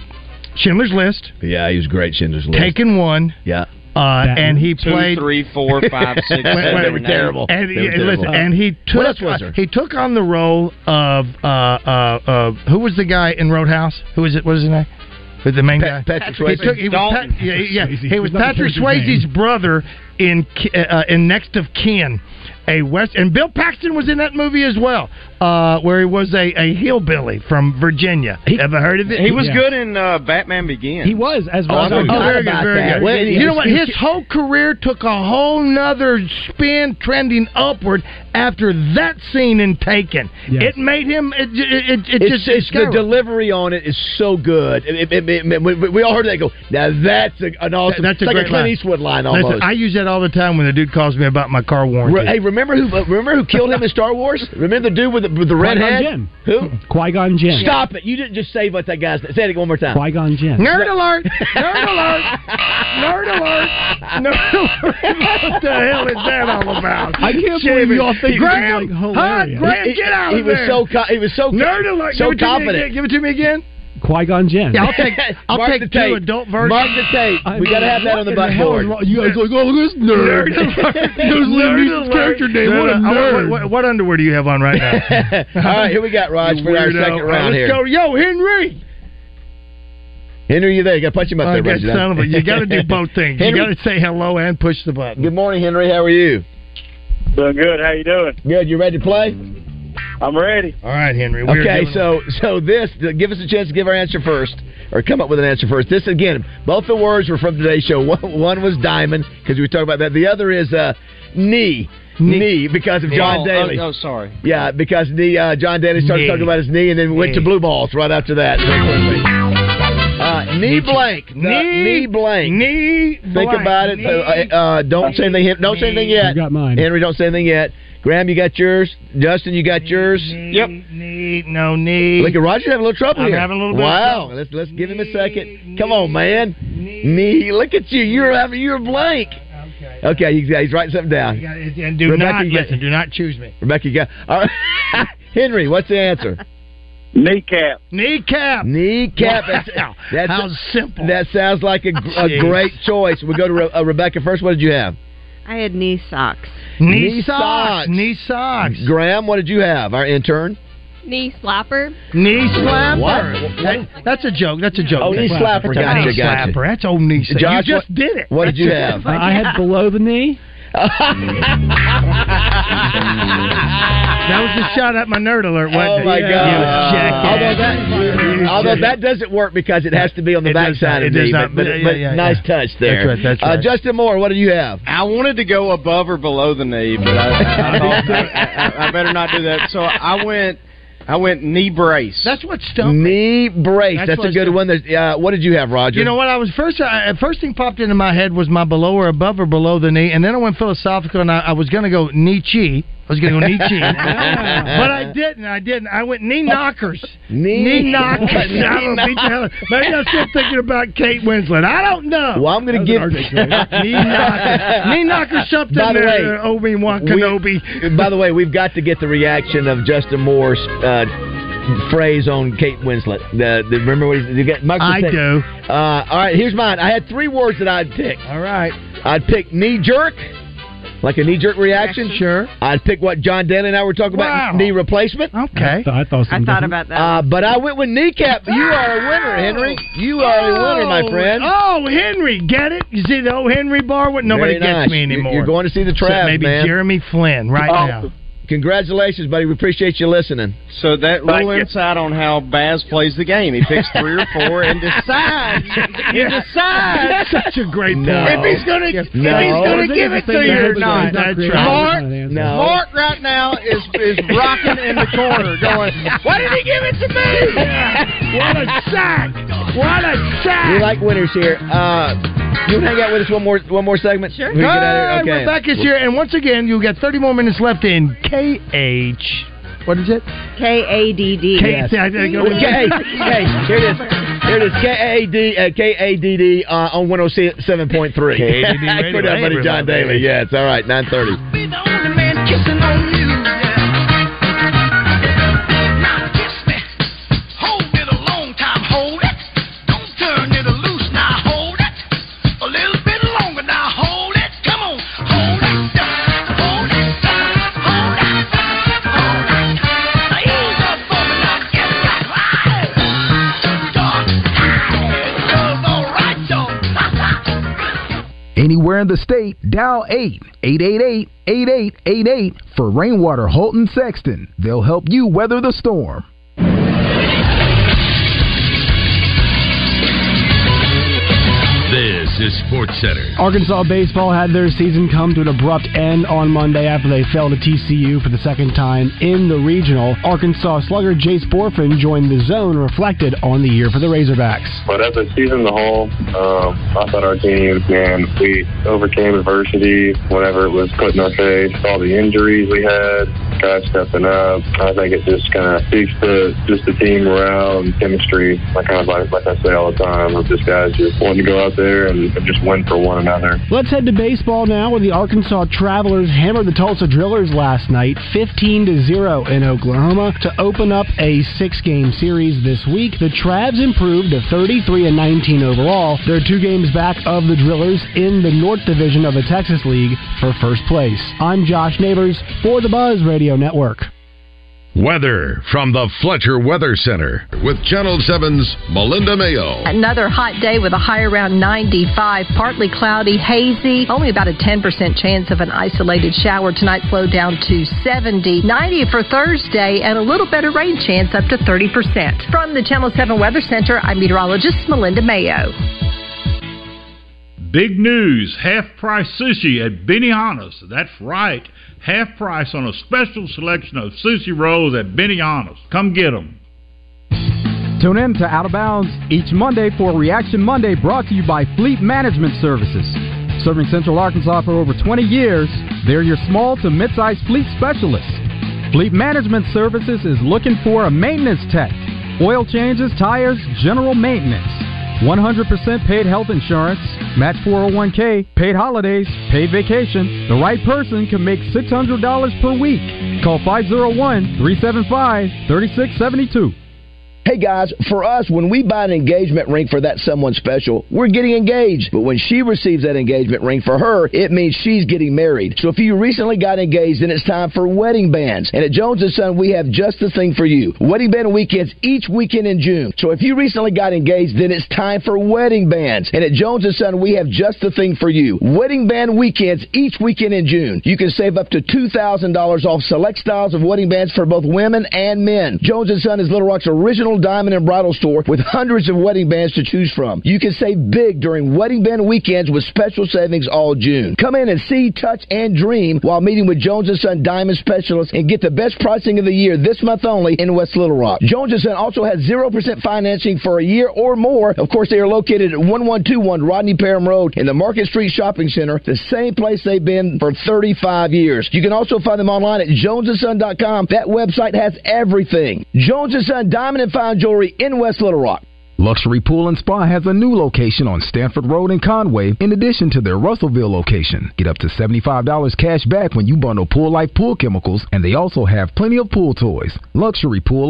Schindler's List,
Yeah, he was great. Schindler's List.
Taken One.
Yeah.
Uh, and he
Two,
played
three,
[LAUGHS]
four, five, six,
Wait,
seven,
wait,
eight, nine.
And,
They were
yeah,
terrible.
listen, and he took
What else was there?
he took on the role of uh, uh, uh, who was the guy in Roadhouse? Who is it? What is his name? Who's The main
Pat-
guy,
Patrick
He
Swayze.
took, he was
Dalton.
Pat- yeah,
[LAUGHS]
yeah,
Swayze.
he was
That was
Patrick
his name.
Swayze's brother in Ki- uh, in Next of Kin, a West, and Bill Paxton was in that movie as well, uh, where he was a, a hillbilly from Virginia. Ever heard of it?
He was
Yeah.
good in uh, Batman Begins. He
was as
Oh, very good, very good.
Well,
you know what? His whole career took a whole nother spin, trending upward after that scene in Taken. It made him. It, it, it, it
it's,
just
it's the
skyrocketed.
delivery on it is so good. It- it- it- it- we, we all heard that go. Now that's a, an awesome.
That's a
it's like
great
a Clint
line.
Eastwood line
Listen,
almost.
I use that all the time when the dude calls me about my car warranty.
Re- hey, remember who? Remember who killed him in Star Wars? Remember the dude with the, with [LAUGHS] the red
Qui-Gon
head?
Jinn.
Who?
Qui Gon Jinn.
Stop it! You didn't just say what that guy's. Say it one more time.
Qui Gon Jinn.
Nerd alert!
[LAUGHS]
Nerd alert! Nerd alert! Nerd alert! [LAUGHS] What the hell is that all about?
I can't
Jamie.
believe y'all think
Graham,
this is, like, hilarious.
Huh? Graham,
He-
get out
he
of
was
there!
so co- he was so co-
nerd alert.
so
Give it to me
confident.
again. Give it to me again.
Qui Gon Jinn.
Yeah,
[LAUGHS]
I'll take I'll
Mark
take
the
two
tape.
adult versions.
Mark the tape. We gotta have that on the blackboard.
You guys like, oh look at this
[LAUGHS] nerd.
There's Liam Neeson's character name. What a nerd.
What, what underwear do you have on right now?
[LAUGHS] All right, here we got Raj
You
for our
weirdo.
second
All right,
round
let's
here.
go. Yo, Henry.
Henry, you there? You got to punch him up
Oh,
there,
good
Roger.
son of a- you
[LAUGHS]
gotta do both things. You
Henry,
gotta say hello and push the button.
Good morning, Henry. How are you?
Doing good. How you doing?
Good. You ready to play?
I'm ready.
All right, Henry. we are
Okay,
doing-
so so this give us a chance to give our answer first, or come up with an answer first. This again, both the words were from today's show. One, one was diamond because we were talking about that. The other is uh, knee, knee, because of John
oh,
Daly.
Oh, oh, sorry.
Yeah, because knee, uh, John Daly started
Knee.
talking about his knee and then went to
Knee.
blue balls right after that. Uh, knee blank. The knee, blank. Knee Think
blank.
about it.
Knee-
Uh, uh, don't say anything. yet- Don't say anything yet.
I got mine.
Henry, don't say anything yet. Graham, you got yours. Justin, you got yours. yep.
Knee, no knee.
Look at Roger having a little trouble
I'm
here.
having a little bit of
Wow.
trouble.
let's let's give him a second. Come on, man. Knee. Look at you. You're having. You're blank. Okay. Okay. he's- He's writing something down.
And do
Rebecca,
not
you got-
listen. Do not choose me.
Rebecca, you got. All right. [LAUGHS] Henry, what's the answer? Kneecap.
Kneecap.
Kneecap.
Wow.
That's
How
simple. That sounds like a, gr- a
Jeez.
great choice. We go to Re- uh, Rebecca first. What did you have?
I had knee socks.
Knee socks. Knee socks. Graham, what did you have? Our intern.
Knee slapper.
Knee
What?
slapper. That- that's a joke. That's a joke.
Oh, knee slapper.
That's a
Gotcha,
knee
gotcha.
slapper. That's old knee slapper.
Josh,
you just
what-
did it.
what did you
[LAUGHS]
have? Uh, I had
below the knee.
that
was the shot at my nerd alert. Wasn't
Oh
it?
my
You
God! Although
jackass.
that, although that doesn't work because it has to be on the
It does
backside of
not- it
me.
does not-
but, but-
yeah,
but
yeah, yeah,
nice
yeah.
touch there.
That's right, that's
Uh,
right.
Justin Moore, what do you have?
I wanted to go above or below the knee, but I,
[LAUGHS]
I, thought, I, I- I better not do that. So I went, I went knee brace.
That's what
[LAUGHS] Knee brace.
That's
That's,
what
a good
it's-
one. There's- Uh, what did you have, Roger?
You know what? I was first. I, first thing popped into my head was my below or above or below the knee, and then I went philosophical, and I, I was going to go knee chi. I was going to go knee
[LAUGHS]
chi,
Uh-huh.
but I didn't. I didn't. I went
Oh.
knee knockers.
Knee-
knee knockers.
Knee
I don't beat the hell out- Maybe I'm still thinking about Kate Winslet. I don't know.
Well, I'm going to give [LAUGHS]
knee knockers. [LAUGHS] Knee knockers. Something
By the
there. uh, oh.
way,
Obi Wan
we-
Kenobi.
By the way, we've got to get the reaction of Justin Moore's uh, phrase on Kate Winslet. The, the remember what he, you got? Michael
I
said-
do.
Uh, all right, here's mine. I had three words that I'd pick. All right, I'd pick knee jerk. Like a knee jerk reaction? Sure. I'd pick what John Daly and I were talking about knee replacement.
Okay.
I thought,
I thought
about that.
Uh, but I went with kneecap. You are a winner, Henry. You are a winner, my
Oh,
friend.
Oh, Henry, get it? You see the old Henry bar? What nobody
Very nice.
gets me
You-
anymore.
You're going to see the
Except
Trav,
Maybe
man.
Jeremy Flynn right
Oh.
now.
Congratulations, buddy. We appreciate you listening.
So that little insight on how Baz plays the game. He picks three or
[LAUGHS]
four and decides. He decides.
Such a great
No. If
point.
he's
gonna,
if No. he's gonna give it to you or not.
that's
That's
right.
right.
no.
Mark right now is is rocking in the corner, going, "Why did he give it to me?
What a sack! What a sack!
We like winners here. Uh, you wanna hang out with us one more one more segment? Sure.
All right, Rebecca's here, and once again, you got 30 more minutes left in KH. What is it?
K A D D.
K- Yes. I think-
K- K- here it is. Here it is. K-A-D, uh, K-A-D-D uh, on 107.3. [LAUGHS]
K-A-D-D
I
radio,
put that buddy John
everybody.
Daly. Yeah, it's all right. 930.
[LAUGHS]
Anywhere in the state, dial 8 888 8888 for Rainwater Holton Sexton. They'll help you weather the storm.
This is Sports Center.
Arkansas baseball had their season come to an abrupt end on Monday after they fell to TCU for the second time in the regional. Arkansas slugger Jace Borfin joined the zone, and reflected on the year for the Razorbacks.
But as a season as a whole, um, I thought our team, man, we overcame adversity whenever it was put in our face. All the injuries we had, guys stepping up. I think it just kind of speaks to just the team morale and chemistry. Like kind of like, like I say all the time, of just guys just wanting to go out there and just win for one another.
Let's head to baseball now, where the Arkansas Travelers hammered the Tulsa Drillers last night, 15 to zero in Oklahoma, to open up a six-game series this week. The Travs improved to 33 and 19 overall. They're two games back of the Drillers in the North Division of the Texas League for first place. I'm Josh Neighbors for the Buzz Radio Network.
Weather from the Fletcher Weather Center with Channel 7's Melinda Mayo.
Another hot day with a high around 95, partly cloudy, hazy, only about a 10% chance of an isolated shower tonight, slowed down to 70, 90 for Thursday, and a little better rain chance up to 30%. From the Channel 7 Weather Center, I'm meteorologist Melinda Mayo.
Big news half price sushi at Benihana's. That's right, half price on a special selection of sushi rolls at Benihana's. Come get 'em.
Tune in to Out of Bounds each Monday for Reaction Monday brought to you by Fleet Management Services. Serving Central Arkansas for over 20 years, they're your small to mid-sized fleet specialists. Fleet Management Services is looking for a maintenance tech. Oil changes, tires, general maintenance. 100% paid health insurance, match 401k, paid holidays, paid vacation. The right person can make $600 per week. Call 501 375 3672.
Hey guys, for us, when we buy an engagement ring for that someone special, we're getting engaged. But when she receives that engagement ring for her, it means she's getting married. So if you recently got engaged, then it's time for wedding bands. And at Jones & Son, we have just the thing for you. Wedding band weekends each weekend in June. So if you recently got engaged, then it's time for wedding bands. And at Jones & Son, we have just the thing for you. Wedding band weekends each weekend in June. You can save up to $2,000 off select styles of wedding bands for both women and men. Jones & Son is Little Rock's original National Diamond and Bridal Store with hundreds of wedding bands to choose from. You can save big during wedding band weekends with special savings all June. Come in and see, touch, and dream while meeting with Jones & Son Diamond Specialists and get the best pricing of the year this month only in West Little Rock. Jones & Son also has 0% financing for a year or more. Of course, they are located at 1121 Rodney Parham Road in the Market Street Shopping Center, the same place they've been for 35 years. You can also find them online at jonesandson.com. That website has everything. Jones & Son Diamond and Fine Jewelry in West Little Rock.
Luxury Pool and Spa has a new location on Stanford Road in Conway, in addition to their Russellville location. Get up to $75 cash back when you bundle Pool Life Pool Chemicals, and they also have plenty of pool toys.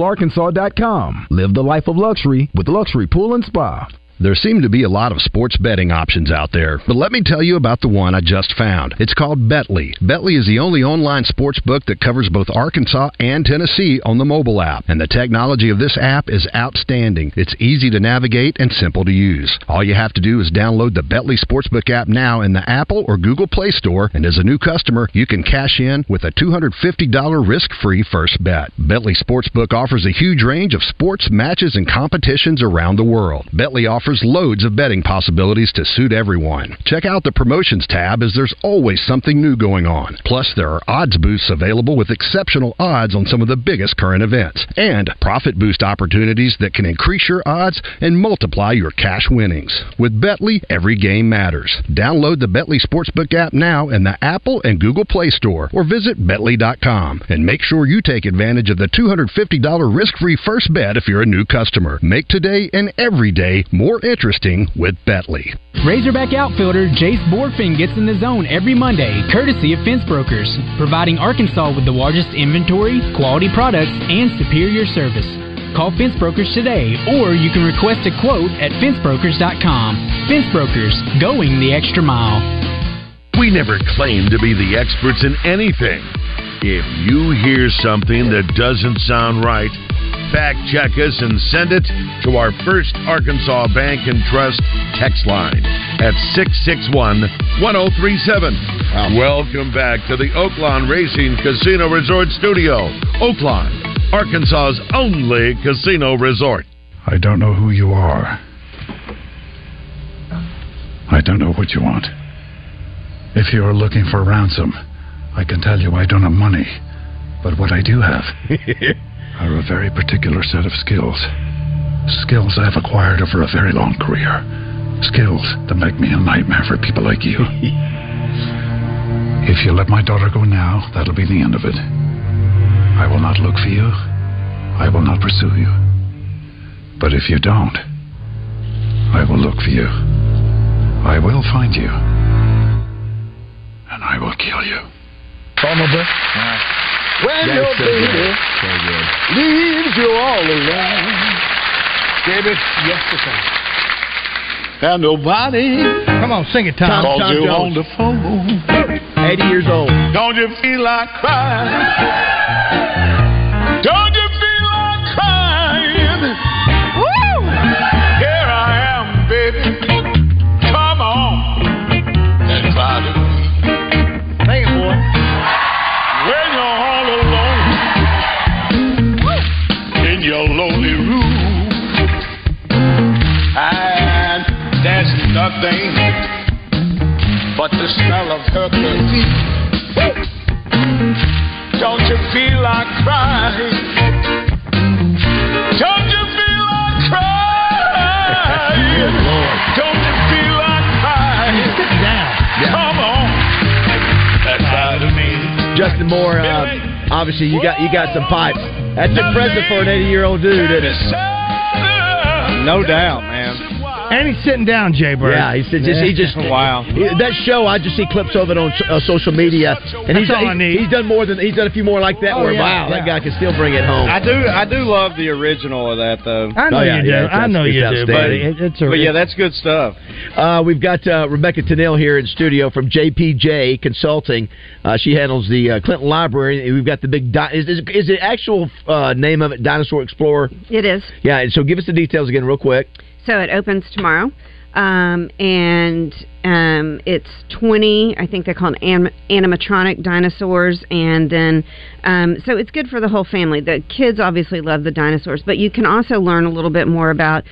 LuxuryPoolArkansas.com. Live the life of luxury with Luxury Pool and Spa.
There seem to be a lot of sports betting options out there, but let me tell you about the one I just found. It's called Betley. Betley is the only online sports book that covers both Arkansas and Tennessee on the mobile app, and the technology of this app is outstanding. It's easy to navigate and simple to use. All you have to do is download the Betley Sportsbook app now in the Apple or Google Play Store, and as a new customer, you can cash in with a $250 risk-free first bet. Betley Sportsbook offers a huge range of sports matches and competitions around the world. Betley offers loads of betting possibilities to suit everyone. Check out the promotions tab as there's always something new going on. Plus, there are odds boosts available with exceptional odds on some of the biggest current events and profit boost opportunities that can increase your odds and multiply your cash winnings. With Betley, every game matters. Download the Betley Sportsbook app now in the Apple and Google Play Store or visit betley.com and make sure you take advantage of the $250 risk-free first bet if you're a new customer. Make today and every day more interesting with Betley.
Razorback outfielder Jace Borfin gets in the zone every Monday, courtesy of Fence Brokers, providing Arkansas with the largest inventory, quality products, and superior service. Call Fence Brokers today, or you can request a quote at fencebrokers.com. Fence Brokers, going the extra mile.
We never claim to be the experts in anything. If you hear something that doesn't sound right, fact check us and send it to our First Arkansas Bank and Trust text line at 661 1037. Welcome back to the Oaklawn Racing Casino Resort Studio, Oaklawn, Arkansas's only casino resort.
I don't know who you are. I don't know what you want. If you are looking for ransom, I can tell you I don't have money. But what I do have are a very particular set of skills. Skills I've acquired over a very long career. Skills that make me a nightmare for people like you. if you let my daughter go now, that'll be the end of it. I will not look for you. I will not pursue you. But if you don't, I will look for you. I will find you. And I will kill you. Vulnerable.
When your baby leaves you all alone. David, yesterday. And nobody.
Come on, sing it, Tom.
Tom, Tom
Jones.
on the phone. 80 years old.
Don't you feel like crying? Don't you feel like crying? Woo! Here I am, baby. Come on and cry to me. Sing it, boy. When you're all alone in your lonely room, and there's nothing but the smell of her perfume. Don't you feel like crying? Don't you feel like Good Lord. Don't you feel like crying? Sit down. Come on. That side of me.
Justin Moore, uh, obviously you got you got some pipes. That's impressive for an 80 year old dude, isn't it?
No doubt, man.
And he's sitting down, Jay
Bird.
Yeah, he said just he
[LAUGHS]
just
Wow.
he- that show I just see clips of it on uh, social media, and he's
That's all I
he, he's done more than he's done a few more like that.
Oh,
where
yeah,
wow, that
yeah.
guy can still bring it home.
I do. I do love the original of that though.
I know Oh, yeah, you do. yeah, it's I know out- you it's do, buddy. outstanding. It- it's a-
but yeah, that's good stuff.
Uh, we've got uh, Rebecca Tennell here in studio from JPJ Consulting. Uh, she handles the uh, Clinton Library. and We've got the big. Di- is, is, is the actual uh, name of it Dinosaur Explorer?
It is.
Yeah. and So give us the details again, real quick.
So it opens tomorrow, um, and um, it's 20. I think they call it anim- animatronic dinosaurs, and then um, so it's good for the whole family. The kids obviously love the dinosaurs, but you can also learn a little bit more about.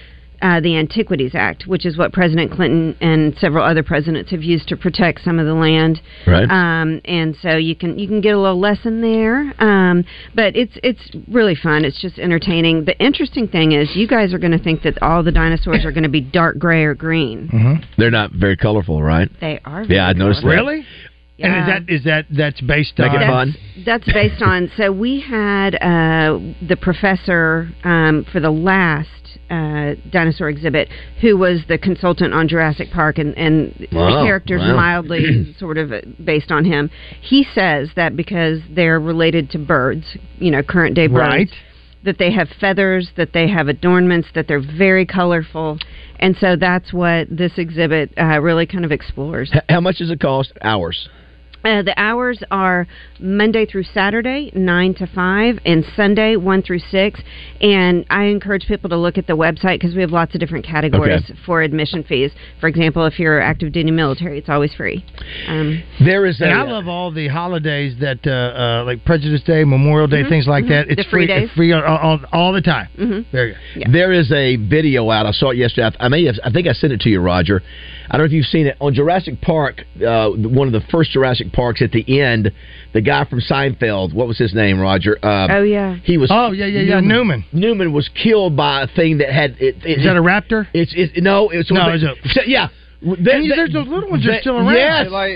Uh, the Antiquities Act, which is what President Clinton and several other presidents have used to protect some of the land,
Right.
Um, and so you can you can get a little lesson there. Um, but it's it's really fun. It's just entertaining. The interesting thing is, you guys are going to think that all the dinosaurs are going to be dark gray or green.
Mm-hmm.
They're not very colorful, right?
They are.
Yeah, I
very
noticed. That.
colorful.
Really? And is that is that that's based
Make
on
it fun.
That's based on. So we had uh, the professor um, for the last uh, dinosaur exhibit, who was the consultant on Jurassic Park, and, and
Wow,
the characters
wow.
[CLEARS THROAT]
[CLEARS THROAT]
mildly sort of uh, based on him. He says that because they're related to birds, you know, current day birds.
Right.
That they have feathers, that they have adornments, that they're very colorful, and so that's what this exhibit uh, really kind of explores.
H- how much does it cost? Hours.
Uh, the hours are Monday through Saturday, 9 to 5, and Sunday, 1 through 6. And I encourage people to look at the website because we have lots of different categories
Okay.
for admission fees. For example, if you're active duty military, it's always free. Um,
There is
And
a-
I love all the holidays that, uh, uh, like President's Day, Memorial Day,
Mhm,
things like
mhm.
that. It's
The free days.
free all, all, all the time.
mhm.
There you go.
There is a video out. I saw it yesterday. I I may have, I think I sent it to you, Roger. I don't know if you've seen it on Jurassic Park. Uh, one of the first Jurassic Parks at the end, the guy from Seinfeld. What was his name, Roger? Uh,
Oh, yeah.
He was.
Oh, yeah, yeah, yeah,
Newman. Newman was killed by a thing that had. It, it,
Is that a
raptor? It's, it's no. It's
No,
one
it's
that- so- [LAUGHS] yeah.
And there's those little ones that are still around.
Yes.
It like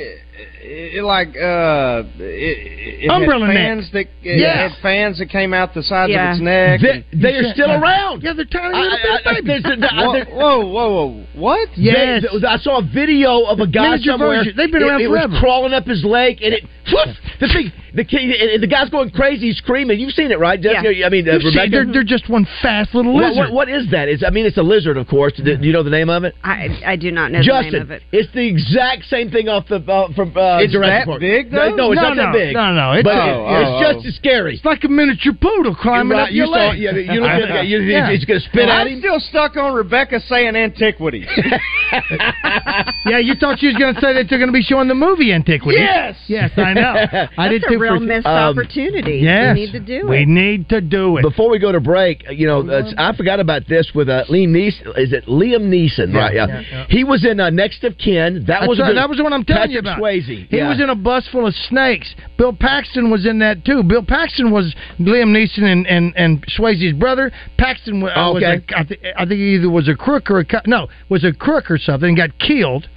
it like uh, it, it
Umbrella
had
neck.
fans
uh,
that it
Yeah.
had fans that came out the sides
Yeah.
of its neck.
They-
and-
they are still around.
Yeah, they're tiny
I-
little
I- I-
babies.
there's a- I- there-
Whoa, whoa, whoa! What?
Yes. I saw a video of a guy
Miniature
somewhere.
version. They've been
it-
around
it was
forever.
crawling up his leg, and it whoop, the thing, the kid, and, and the guy's going crazy, he's screaming. You've seen it, right, Jeff?
Yeah.
You know, I mean, uh,
You've seen-
Rebecca.
they're- they're just one fast little
What-
lizard.
what- what is that? It's, I mean, it's a lizard, of course. Do do you know the name of it?
I, I do not know
Justin,
the name of it.
it's the exact same thing off the uh, from. Uh,
It's
Jurassic
that
Park.
big,
No,
though?
No, it's
No,
not that
no,
big.
no, no, it's-
but
Oh,
it-
oh,
it's
oh.
just as scary. It's
like a miniature poodle climbing
You're right,
up your
you saw-
leg.
yeah, you look at that, you- you- it's gonna spit at
I'm
him.
still stuck on Rebecca saying antiquity.
[LAUGHS]
yeah, you thought she was going to say that they're going to be showing the movie Antiquities.
Yes!
yes, I know.
[LAUGHS]
I did
That's a
too
real
for-
missed opportunity.
um, yes.
We need to do
We
it. Mm-hmm.
need to do it.
Before we go to break, you know, uh, I forgot about this with uh, Liam Neeson. Is it Liam Neeson?
Yeah,
right. Yeah.
yeah, yeah.
He was in uh, Next of Kin. That
That's
was a
right,
good-
that was the one I'm telling you about.
Patrick Swayze.
He
yeah.
was in a bus full of snakes. Bill Paxton was in that too. Bill Paxton was Liam Neeson and and, and Swayze's brother. Paxton was, uh, was
Okay.
a, I, th- I think he either was a crook or a co- no was a crook or something. Got killed.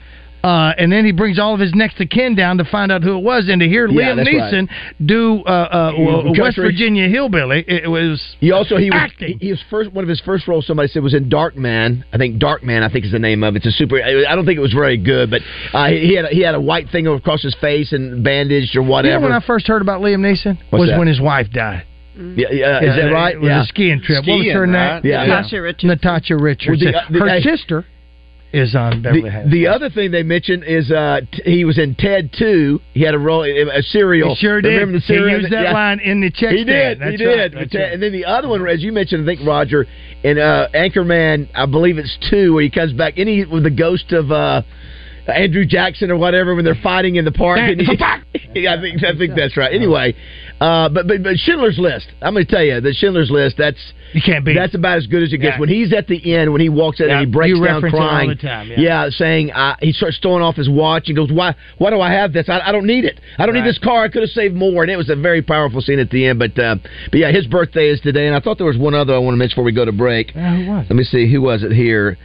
Uh, and then he brings all of his next of kin down to find out who it was, and to hear
Yeah,
Liam
that's right.
Neeson do uh, uh, w-
Country.
West Virginia hillbilly. It was
He also he was
acting.
He, he was first one of his first roles. Somebody said was in Dark Man. I think Dark Man. I think is the name of it. It's a super. I don't think it was very good, but uh, he had a, he had a white thing across his face and bandaged or
You know
whatever.
when I first heard about Liam Neeson
What's
was
that?
when his wife died.
yeah, yeah, Uh, is that right?
It was
yeah.
a skiing trip. what was
Skiing,
her
right?
name?
Yeah. Natasha
Richards.
Natasha Richards.
Well, the- the-
her
hey.
sister is on Beverly
The,
Hills.
the other thing they mentioned is uh, t- he was in Ted Two. He had a role in a serial.
He sure did.
Remember the
He
serial?
used that
Yeah.
line in the check
He did.
stand.
he
That's right,
did.
that's
But, uh,
right.
And then the other one, as you mentioned, I think Roger in uh, Anchorman, I believe it's two, where he comes back. Any with the ghost of uh, Andrew Jackson or whatever when they're fighting in the park.
Yeah,
and he-
[LAUGHS]
it's a park.
[LAUGHS] Yeah, I think I think that's right. Anyway, uh, but, but but Schindler's List. I'm going to tell you the Schindler's List. That's
you can't beat.
That's about as good as it gets.
Yeah.
When he's at the end, when he walks out
Yeah,
and he breaks
you
down
reference it all
crying,
the time, yeah.
saying uh, he starts throwing off his watch and goes, "Why? Why do I have this? I, I don't need it. I don't need this car. I could have saved more." And it was a very powerful scene at the end. But uh, but yeah, his birthday is today, and I thought there was one other I want to mention before we go to break.
Yeah, who was?
Let me see who was it here.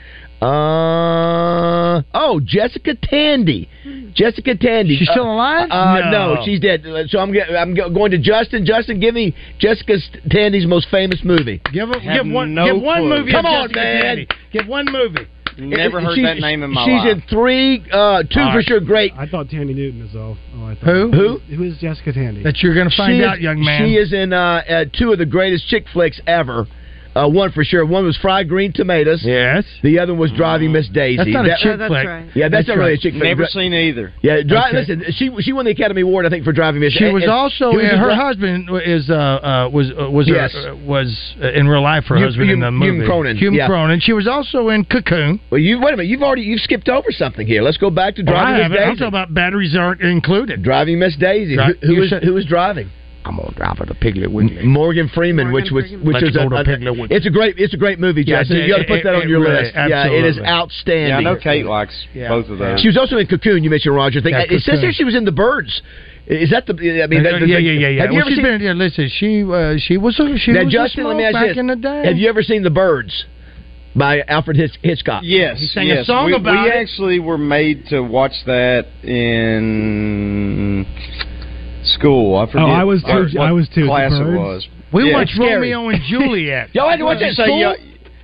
Uh oh, Jessica Tandy. Jessica Tandy.
She's still
Uh,
alive?
Uh, no.
No.
she's dead. So I'm ge- I'm go- going to Justin. Justin, give me Jessica Tandy's most famous movie.
Give a,
Have
give one
no
give one
clue.
movie.
Come
of
on,
Jessica
man.
Tandy. Give one movie.
Never heard that name in my
she's
life.
in three, uh, two
All
for
right.
sure. Great.
I thought Tandy Newton is all. Oh, I thought
Who? Who?
Who is Jessica Tandy?
That you're going to
She is- She is in uh, uh, two of the greatest chick flicks ever. Uh, one for sure. One was Fried Green Tomatoes.
Yes.
The other was Driving Miss Daisy.
That's not a chick Oh, that's
flick.
flick. right.
Yeah, that's,
That's
not really a
right.
chick flick.
Never
Dri-
seen either.
Yeah, dri-
Okay.
listen. She she won the Academy Award, I think, for Driving Miss.
She
and-
was
and
also
she was
her
a dri-
husband is uh, uh was uh, was
Yes.
her, uh, was uh, in real life her
Hume-
husband in the
Hume-
movie.
Hume Cronin,
Hume
yeah.
Cronin. She was also in Cocoon.
Well, you wait a minute. You've already you've skipped over something here. Let's go back to
Well, I
Driving Miss
haven't.
Daisy.
I'm talking about batteries aren't included.
Driving Miss Daisy.
Dri-
who, who
you
was
said-
who was driving?
I'm gonna drive it a piglet wiggly.
Morgan Freeman, which was which
Let's
was a,
go to
a-
Piglet Wiggly.
it's a great it's a great movie,
Yeah,
Justin.
it-
you got to put
it-
that on
it
your
really-
list. Yeah, it is
absolutely.
outstanding.
Yeah, I know Kate likes both of those.
She was also in Cocoon. You mentioned Roger. Thing.
Yeah,
it says
Cocoon.
there she was in The Birds. Is that the? I mean, that, the-
yeah, yeah, yeah, yeah.
Have you
Well,
ever
she's
seen?
been, yeah, listen, she uh, she was a, she
now,
was
Justin,
a
let me
smoke
ask
back
you this.
in the day.
Have you ever seen The Birds by Alfred Hitch- Hitchcock?
Yes,
He sang a
yes.
song
we,
about
we
it.
actually were made to watch that in school. I forget.
Oh,
I was
what-
too-
what
I was too, the
Class it
birds.
was.
We
Yeah.
watched
It's scary.
Romeo
[LAUGHS]
and Juliet.
Y'all had to watch that So school? y'all-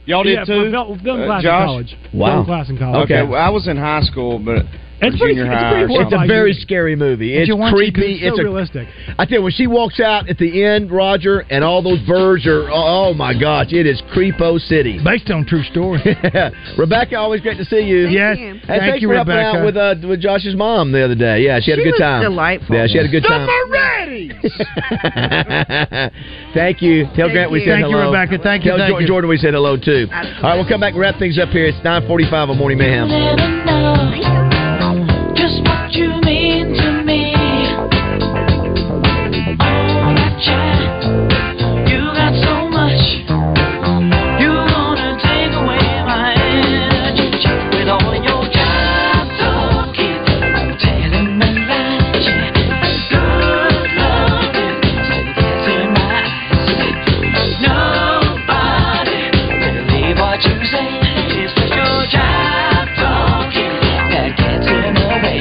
y'all did
yeah,
too?
Film, film
Uh,
class
Josh?
in college.
Wow.
Film class in college.
Okay, well, I was in high school, but
It's
or
pretty-
junior
it's
high
pretty
or
close
something.
by
It's a very scary movie. It's
you want to, 'cause
creepy.
it's so
a-
realistic.
I tell you, when she walks out at the end, Roger, and all those birds are, oh, oh my gosh, it is Creepo City.
Based on true story.
[LAUGHS] Rebecca, always great to see you.
Thank Yes. you.
And
Thank
thanks
you,
for helping
Rebecca.
out with, uh, with Josh's mom the other day. Yeah, she had
She
a good
was
time.
delightful.
Yeah, she had a good
The [LAUGHS]
time. Thank you. Tell
Thank
Grant we
you.
said
Thank you,
hello.
Rebecca. Thank you,
Tell
thank
Jor-
you.
Jordan we said hello too. All right, we'll come back and wrap things up here. It's 9:45 on Morning Mayhem.
Just what you mean to me. Oh, my child, you got so much. You're gonna take away my energy with all your job talking, telling me that you're good loving. Tears in my eyes. Nobody believe what you say. It's just your job talking that gets in the way.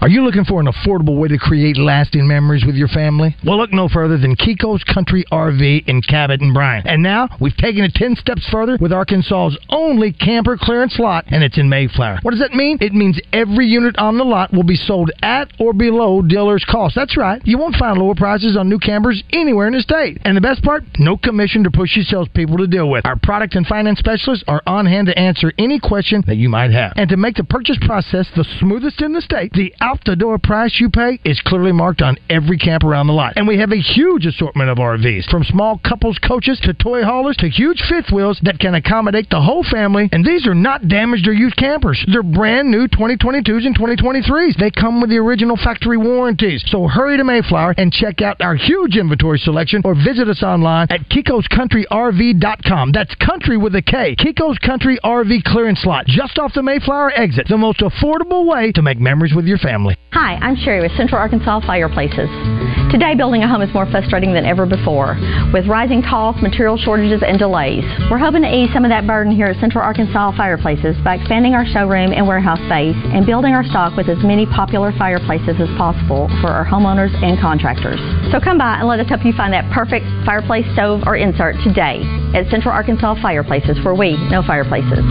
Are you looking for an affordable way to create lasting memories with your family? Well, look no further than Kiko's Country RV in Cabot and Bryan. And now we've taken it 10 steps further with Arkansas's only camper clearance lot, and it's in Mayflower. What does that mean? It means every unit on the lot will be sold at or below dealer's cost. That's right. You won't find lower prices on new campers anywhere in the state. And the best part, no commission to pushy salespeople to deal with. Our product and finance specialists are on hand to answer any question that you might have. And to make the purchase process the smoothest in the state, the out the door price you pay is clearly marked on every camp around the lot. And we have a huge assortment of RVs, from small couples coaches to toy haulers to huge fifth wheels that can accommodate the whole family. And these are not damaged or used campers. They're brand new 2022s and 2023s. They come with the original factory warranties. So hurry to Mayflower and check out our huge inventory selection or visit us online at kikoscountryrv.com. That's country with a K. Kiko's Country RV clearance lot just off the Mayflower exit. The most affordable way to make memories with your family.
Hi, I'm Sherry with Central Arkansas Fireplaces. Today, building a home is more frustrating than ever before. With rising costs, material shortages, and delays, we're hoping to ease some of that burden here at Central Arkansas Fireplaces by expanding our showroom and warehouse space and building our stock with as many popular fireplaces as possible for our homeowners and contractors. So come by and let us help you find that perfect fireplace, stove, or insert today at Central Arkansas Fireplaces, where we know fireplaces.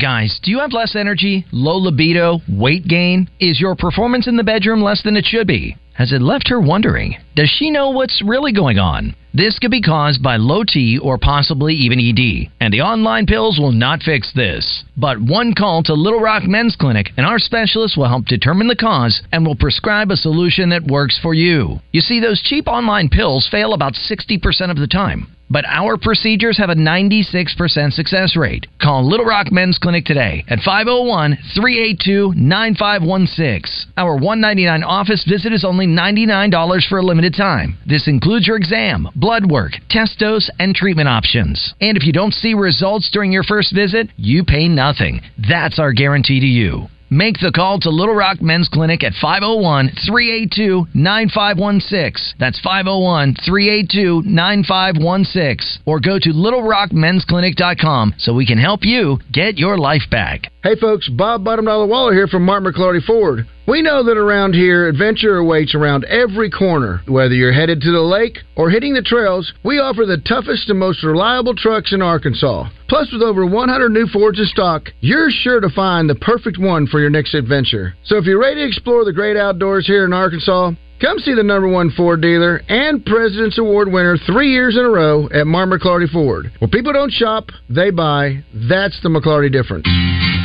Guys, do you have less energy, low libido, weight gain? Is your performance in the bedroom less than it should be? Has it left her wondering? Does she know what's really going on? This could be caused by low T or possibly even ED, and the online pills will not fix this. But one call to Little Rock Men's Clinic, and our specialists will help determine the cause and will prescribe a solution that works for you. You see, those cheap online pills fail about 60% of the time. but our procedures have a 96% success rate. Call Little Rock Men's Clinic today at 501 382 9516. Our $199 office visit is only $99 for a limited time. This includes your exam, blood work, test dose, and treatment options. And if you don't see results during your first visit, you pay nothing. That's our guarantee to you. Make the call to Little Rock Men's Clinic at 501 382 9516. That's 501 382 9516. Or go to littlerockmensclinic.com so we can help you get your life back.
Hey folks, Bob Bottom Dollar Waller here from Mark McClarty Ford. We know that around here, adventure awaits around every corner. Whether you're headed to the lake or hitting the trails, we offer the toughest and most reliable trucks in Arkansas. Plus, with over 100 new Fords in stock, you're sure to find the perfect one for your next adventure. So if you're ready to explore the great outdoors here in Arkansas, come see the number one Ford dealer and President's Award winner three years in a row at Mark McClarty Ford. Where people don't shop, they buy. That's the McClarty difference.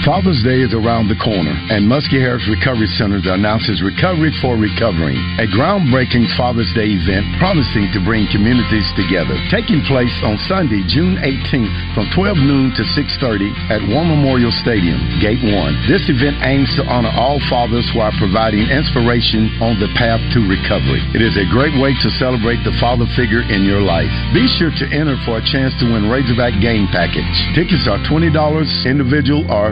Father's Day is around the corner, and Muskie Harris Recovery Center announces Recovery for Recovering, a groundbreaking Father's Day event promising to bring communities together. Taking place on Sunday, June 18th from 12 noon to 6.30 at War Memorial Stadium, Gate 1. This event aims to honor all fathers while providing inspiration on the path to recovery. It is a great way to celebrate the father figure in your life. Be sure to enter for a chance to win Razorback Game Package. Tickets are $20 individual or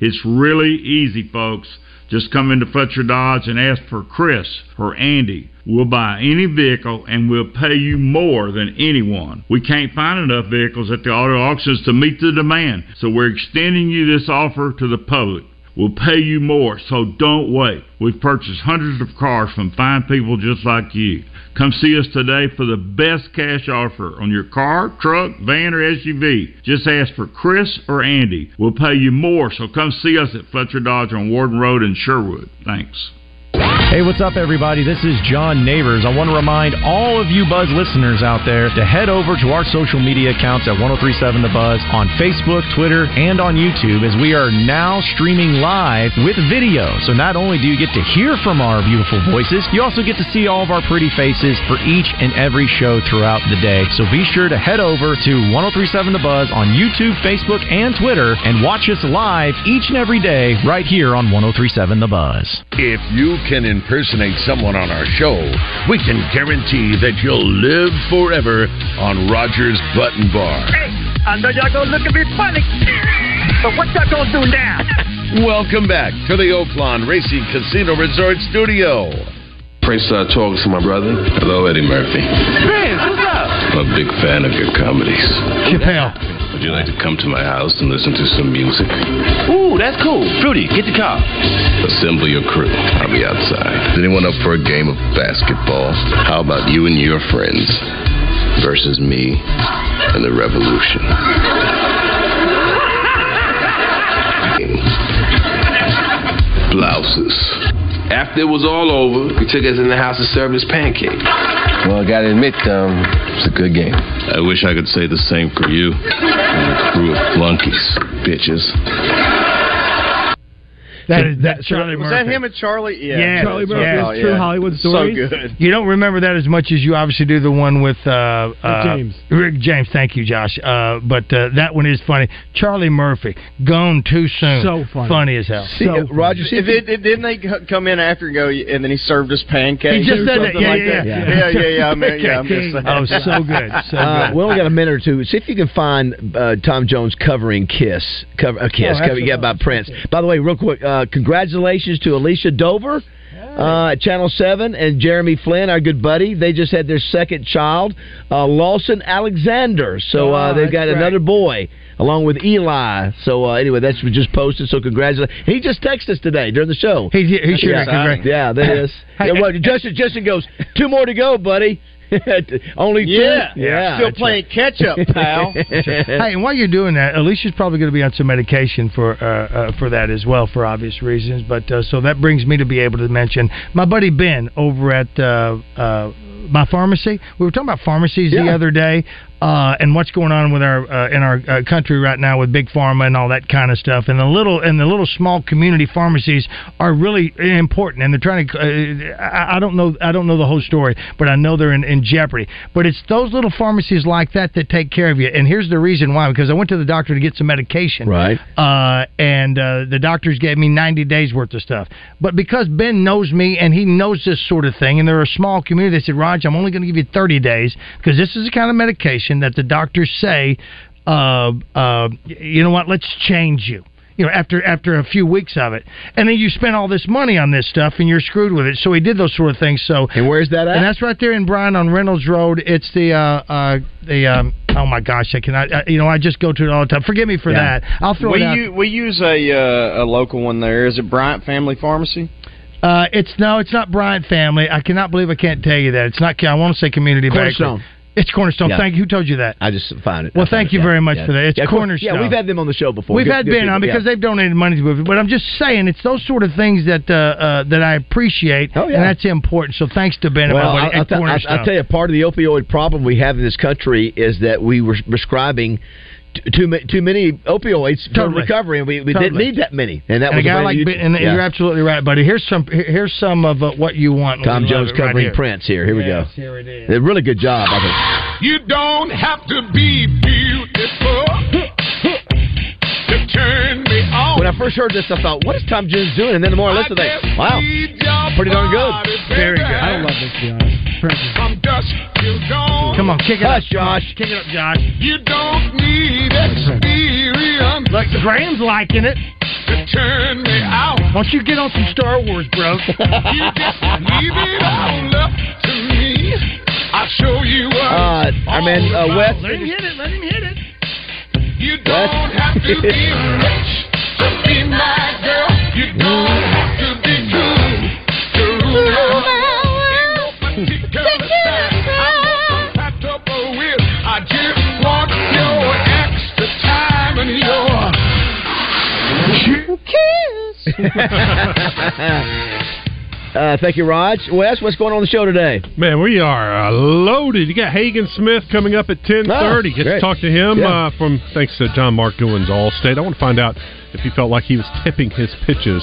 It's really easy, folks. Just come into Fletcher Dodge and ask for Chris or Andy. We'll buy any vehicle and we'll pay you more than anyone. We can't find enough vehicles at the auto auctions to meet the demand, so we're extending you this offer to the public. We'll pay you more, so don't wait. We've purchased hundreds of cars from fine people just like you. Come see us today for the best cash offer on your car, truck, van, or SUV. Just ask for Chris or Andy. We'll pay you more, so come see us at Fletcher Dodge on Warden Road in Sherwood. Thanks.
Hey, what's up, everybody? This is John Neighbors. I want to remind all of you Buzz listeners out there to head over to our social media accounts at 1037 The Buzz on Facebook, Twitter, and on YouTube as we are now streaming live with video. So not only do you get to hear from our beautiful voices, you also get to see all of our pretty faces for each and every show throughout the day. So be sure to head over to 1037 The Buzz on YouTube, Facebook, and Twitter and watch us live each and every day right here on 1037 The Buzz.
If you can impersonate someone on our show, we can guarantee that you'll live forever on Roger's Button Bar.
I know y'all gonna look at me funny, but what y'all gonna do now?
Welcome back to the Oakland Racing Casino Resort Studio.
Princess talks uh, to my brother. Hello, Eddie Murphy.
Vince, what's up?
I'm a big fan of your comedies.
Chappelle.
Would you like to come to my house and listen to some music?
Ooh, that's cool. Fruity, get the car.
Assemble your crew. I'll be outside. Is anyone up for a game of basketball? How about you and your friends versus me and the
[LAUGHS]
revolution? Blouses. After it was all over, he took us in the house and served us pancakes. Well, I gotta admit, um, it's a good game. I wish I could say the same for you. And a crew of flunkies, bitches.
That is that Charlie
was
Murphy.
that him and Charlie? Yeah,
Yeah,
Charlie
that's
Murphy.
right.
Oh, yeah. So good.
You don't remember that as much as you obviously do the one with uh, uh,
James.
Rick James. Thank you, Josh. Uh, but uh, that one is funny. Charlie Murphy, gone too soon.
So funny.
funny as hell.
See, uh, Roger, if it, it- didn't they c- come in after and go, and then he served us
He
pancakes?
just
or
said that.
something
Yeah,
like
yeah,
that?
yeah.
yeah, yeah, yeah. I mean, yeah, I'm just saying.
Oh, so good.
[LAUGHS]
So
Uh,
good.
we only got a minute or two. See if you can find uh, Tom Jones covering Kiss. Cover a Kiss.
Oh,
cover, yeah, by Prince. By the way, real quick, uh, congratulations to Alicia Dover. Uh, at Channel 7 and Jeremy Flynn, our good buddy, they just had their second child, uh, Lawson Alexander. So uh,
Oh,
Ah,
they've got
that's
another boy along with Eli. So uh, anyway, that's just posted. So congratulations. He just texted us today during the show.
He, he should
yeah,
have congrat-
yeah, that is.
[LAUGHS] Hey, [LAUGHS]
yeah, well, Justin, Justin goes, two more to go, buddy. Only
Yeah.
two.
Yeah. Still
that's
playing
right.
catch up,
[LAUGHS]
pal.
hey, and while you're doing that, Alicia's probably going to be on some medication for uh, uh, for that as well, for obvious reasons. But uh, so that brings me to be able to mention my buddy Ben over at uh, uh, my pharmacy. We were talking about pharmacies the other day uh, and what's going on with our uh, in our uh, country right now with big pharma and all that kind of stuff. And the little and the little small community pharmacies are really important, and they're trying to. Uh, I, I don't know. I don't know the whole story, but I know they're in, in jeopardy. But it's those little pharmacies like that that take care of you. And here's the reason why: because I went to the doctor to get some medication,
Right.
uh, and uh, the doctors gave me 90 days worth of stuff. But because Ben knows me and he knows this sort of thing, and they're a small community, they said, Raj, I'm only going to give you 30 days because this is the kind of medication that the doctors say, uh, uh, you know what, let's change you. You know, after after a few weeks of it, and then you spend all this money on this stuff, and you're screwed with it. So he did those sort of things. So and
where's that at?
And that's right there in Bryan on Reynolds Road. It's the uh, uh, the um, oh my gosh, I cannot. I, you know, I just go to it all the time. Forgive me for
Yeah.
that. I'll throw
we
it out.
u- we use a uh, a local one there. Is it Bryant Family Pharmacy?
Uh, it's no, it's not Bryant family. I cannot believe I can't tell you that. It's not. I want to say community bank.
Cornerstone.
It's [LAUGHS] Cornerstone.
Yeah.
Thank you. Who told you that?
I just found it. I
Well,
found
thank
it.
you
Yeah,
very much
yeah.
for that. It's
Yeah, of course.
Cornerstone.
Yeah, we've had them on the show before.
We've
Good-
had
good
Ben
people,
on because
yeah.
they've donated money to it. But I'm just saying, it's those sort of things that uh, uh, that I appreciate, oh,
yeah.
and that's important. So thanks to Ben
Well,
and my buddy
I'll,
at
I'll, I'll-
Cornerstone.
I'll tell you, part of the opioid problem we have in this country is that we were prescribing t- too ma- too many opioids for
Totally.
recovery, and we, we didn't
Totally.
need that many. And that
and
was
a guy
way
like
you-
Ben, and
yeah.
you're absolutely right, buddy. Here's some here- here's some of uh, what you want.
Tom
We love
Jones
it right
covering
here.
Prince here. Here we go.
Yes, here it is.
A really good job, I think.
You don't have to be beautiful to turn me on.
When I first heard this, I thought, what is Tom Jones doing? And then the more I listened, I think, wow, pretty darn good.
Very good. I
love this, Come on, kick it up, Josh. Kick it up, Josh.
You don't need experience.
Look, Graham's liking it.
To turn me out.
Why don't you get on some Star Wars, bro?
You just leave it all up to me. I'll show you what.
Uh, our man uh, Wes.
him hit it. Let him hit it. You don't have to be rich to be my girl. You don't have to be good to rule my world. In no particular time, I'm not compatible with. I just want your extra time and your
[LAUGHS]
[LAUGHS]
Uh, thank you, Raj. Wes, what's going on the show today?
Man, we are uh, loaded. You got Hagen Smith coming up at ten thirty.
Oh,
Ah,
Get
great.
to talk to him
Yeah.
uh, from thanks to John Mark Doohan's Allstate. I want to find out if he felt like he was tipping his pitches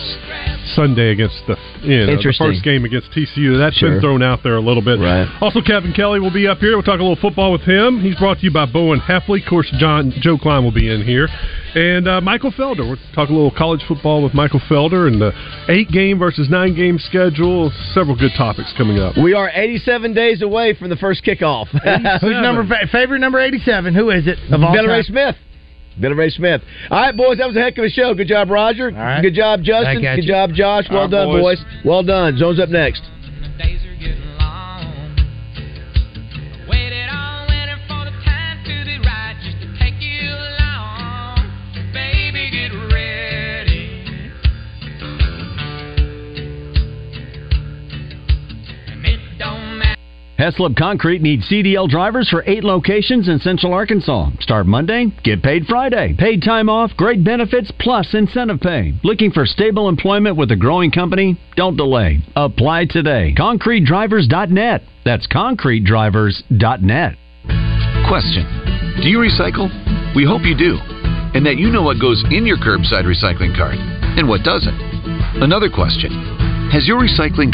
Sunday against the you know, the
Interesting.
first game against TCU. That's
Sure.
been thrown out there a little bit. Right. Also, Kevin Kelly will be up here. We'll talk a little football with him. He's brought to you by Bowen Heffley. Of course, John Joe Klein will be in here, and uh, Michael Felder. We'll talk a little college football with Michael Felder and the eight game versus nine game schedule. Several good topics coming up.
We are 87 days away from the first kickoff.
[LAUGHS] Who's number fa- favorite number eighty-seven? Who is it? Of all
Billy Ray
time?
Smith. Billy Ray Smith. All right, boys, that was a heck of a show. Good job, Roger. Good job, Justin.
Back at
Good
you.
job, Josh. Well
All right,
done,
boys.
boys. Well done. Zone's up next.
Waited on, waiting for the time to be right, just to take you along. Baby, get ready. And it don't matter.
Heslop Concrete needs CDL drivers for eight locations in Central Arkansas. Start Monday, get paid Friday. Paid time off, great benefits, plus incentive pay. Looking for stable employment with a growing company? Don't delay. Apply today. ConcreteDrivers.net. That's ConcreteDrivers.net.
Question Do you recycle? We hope you do, and that you know what goes in your curbside recycling cart and what doesn't. Another question Has your recycling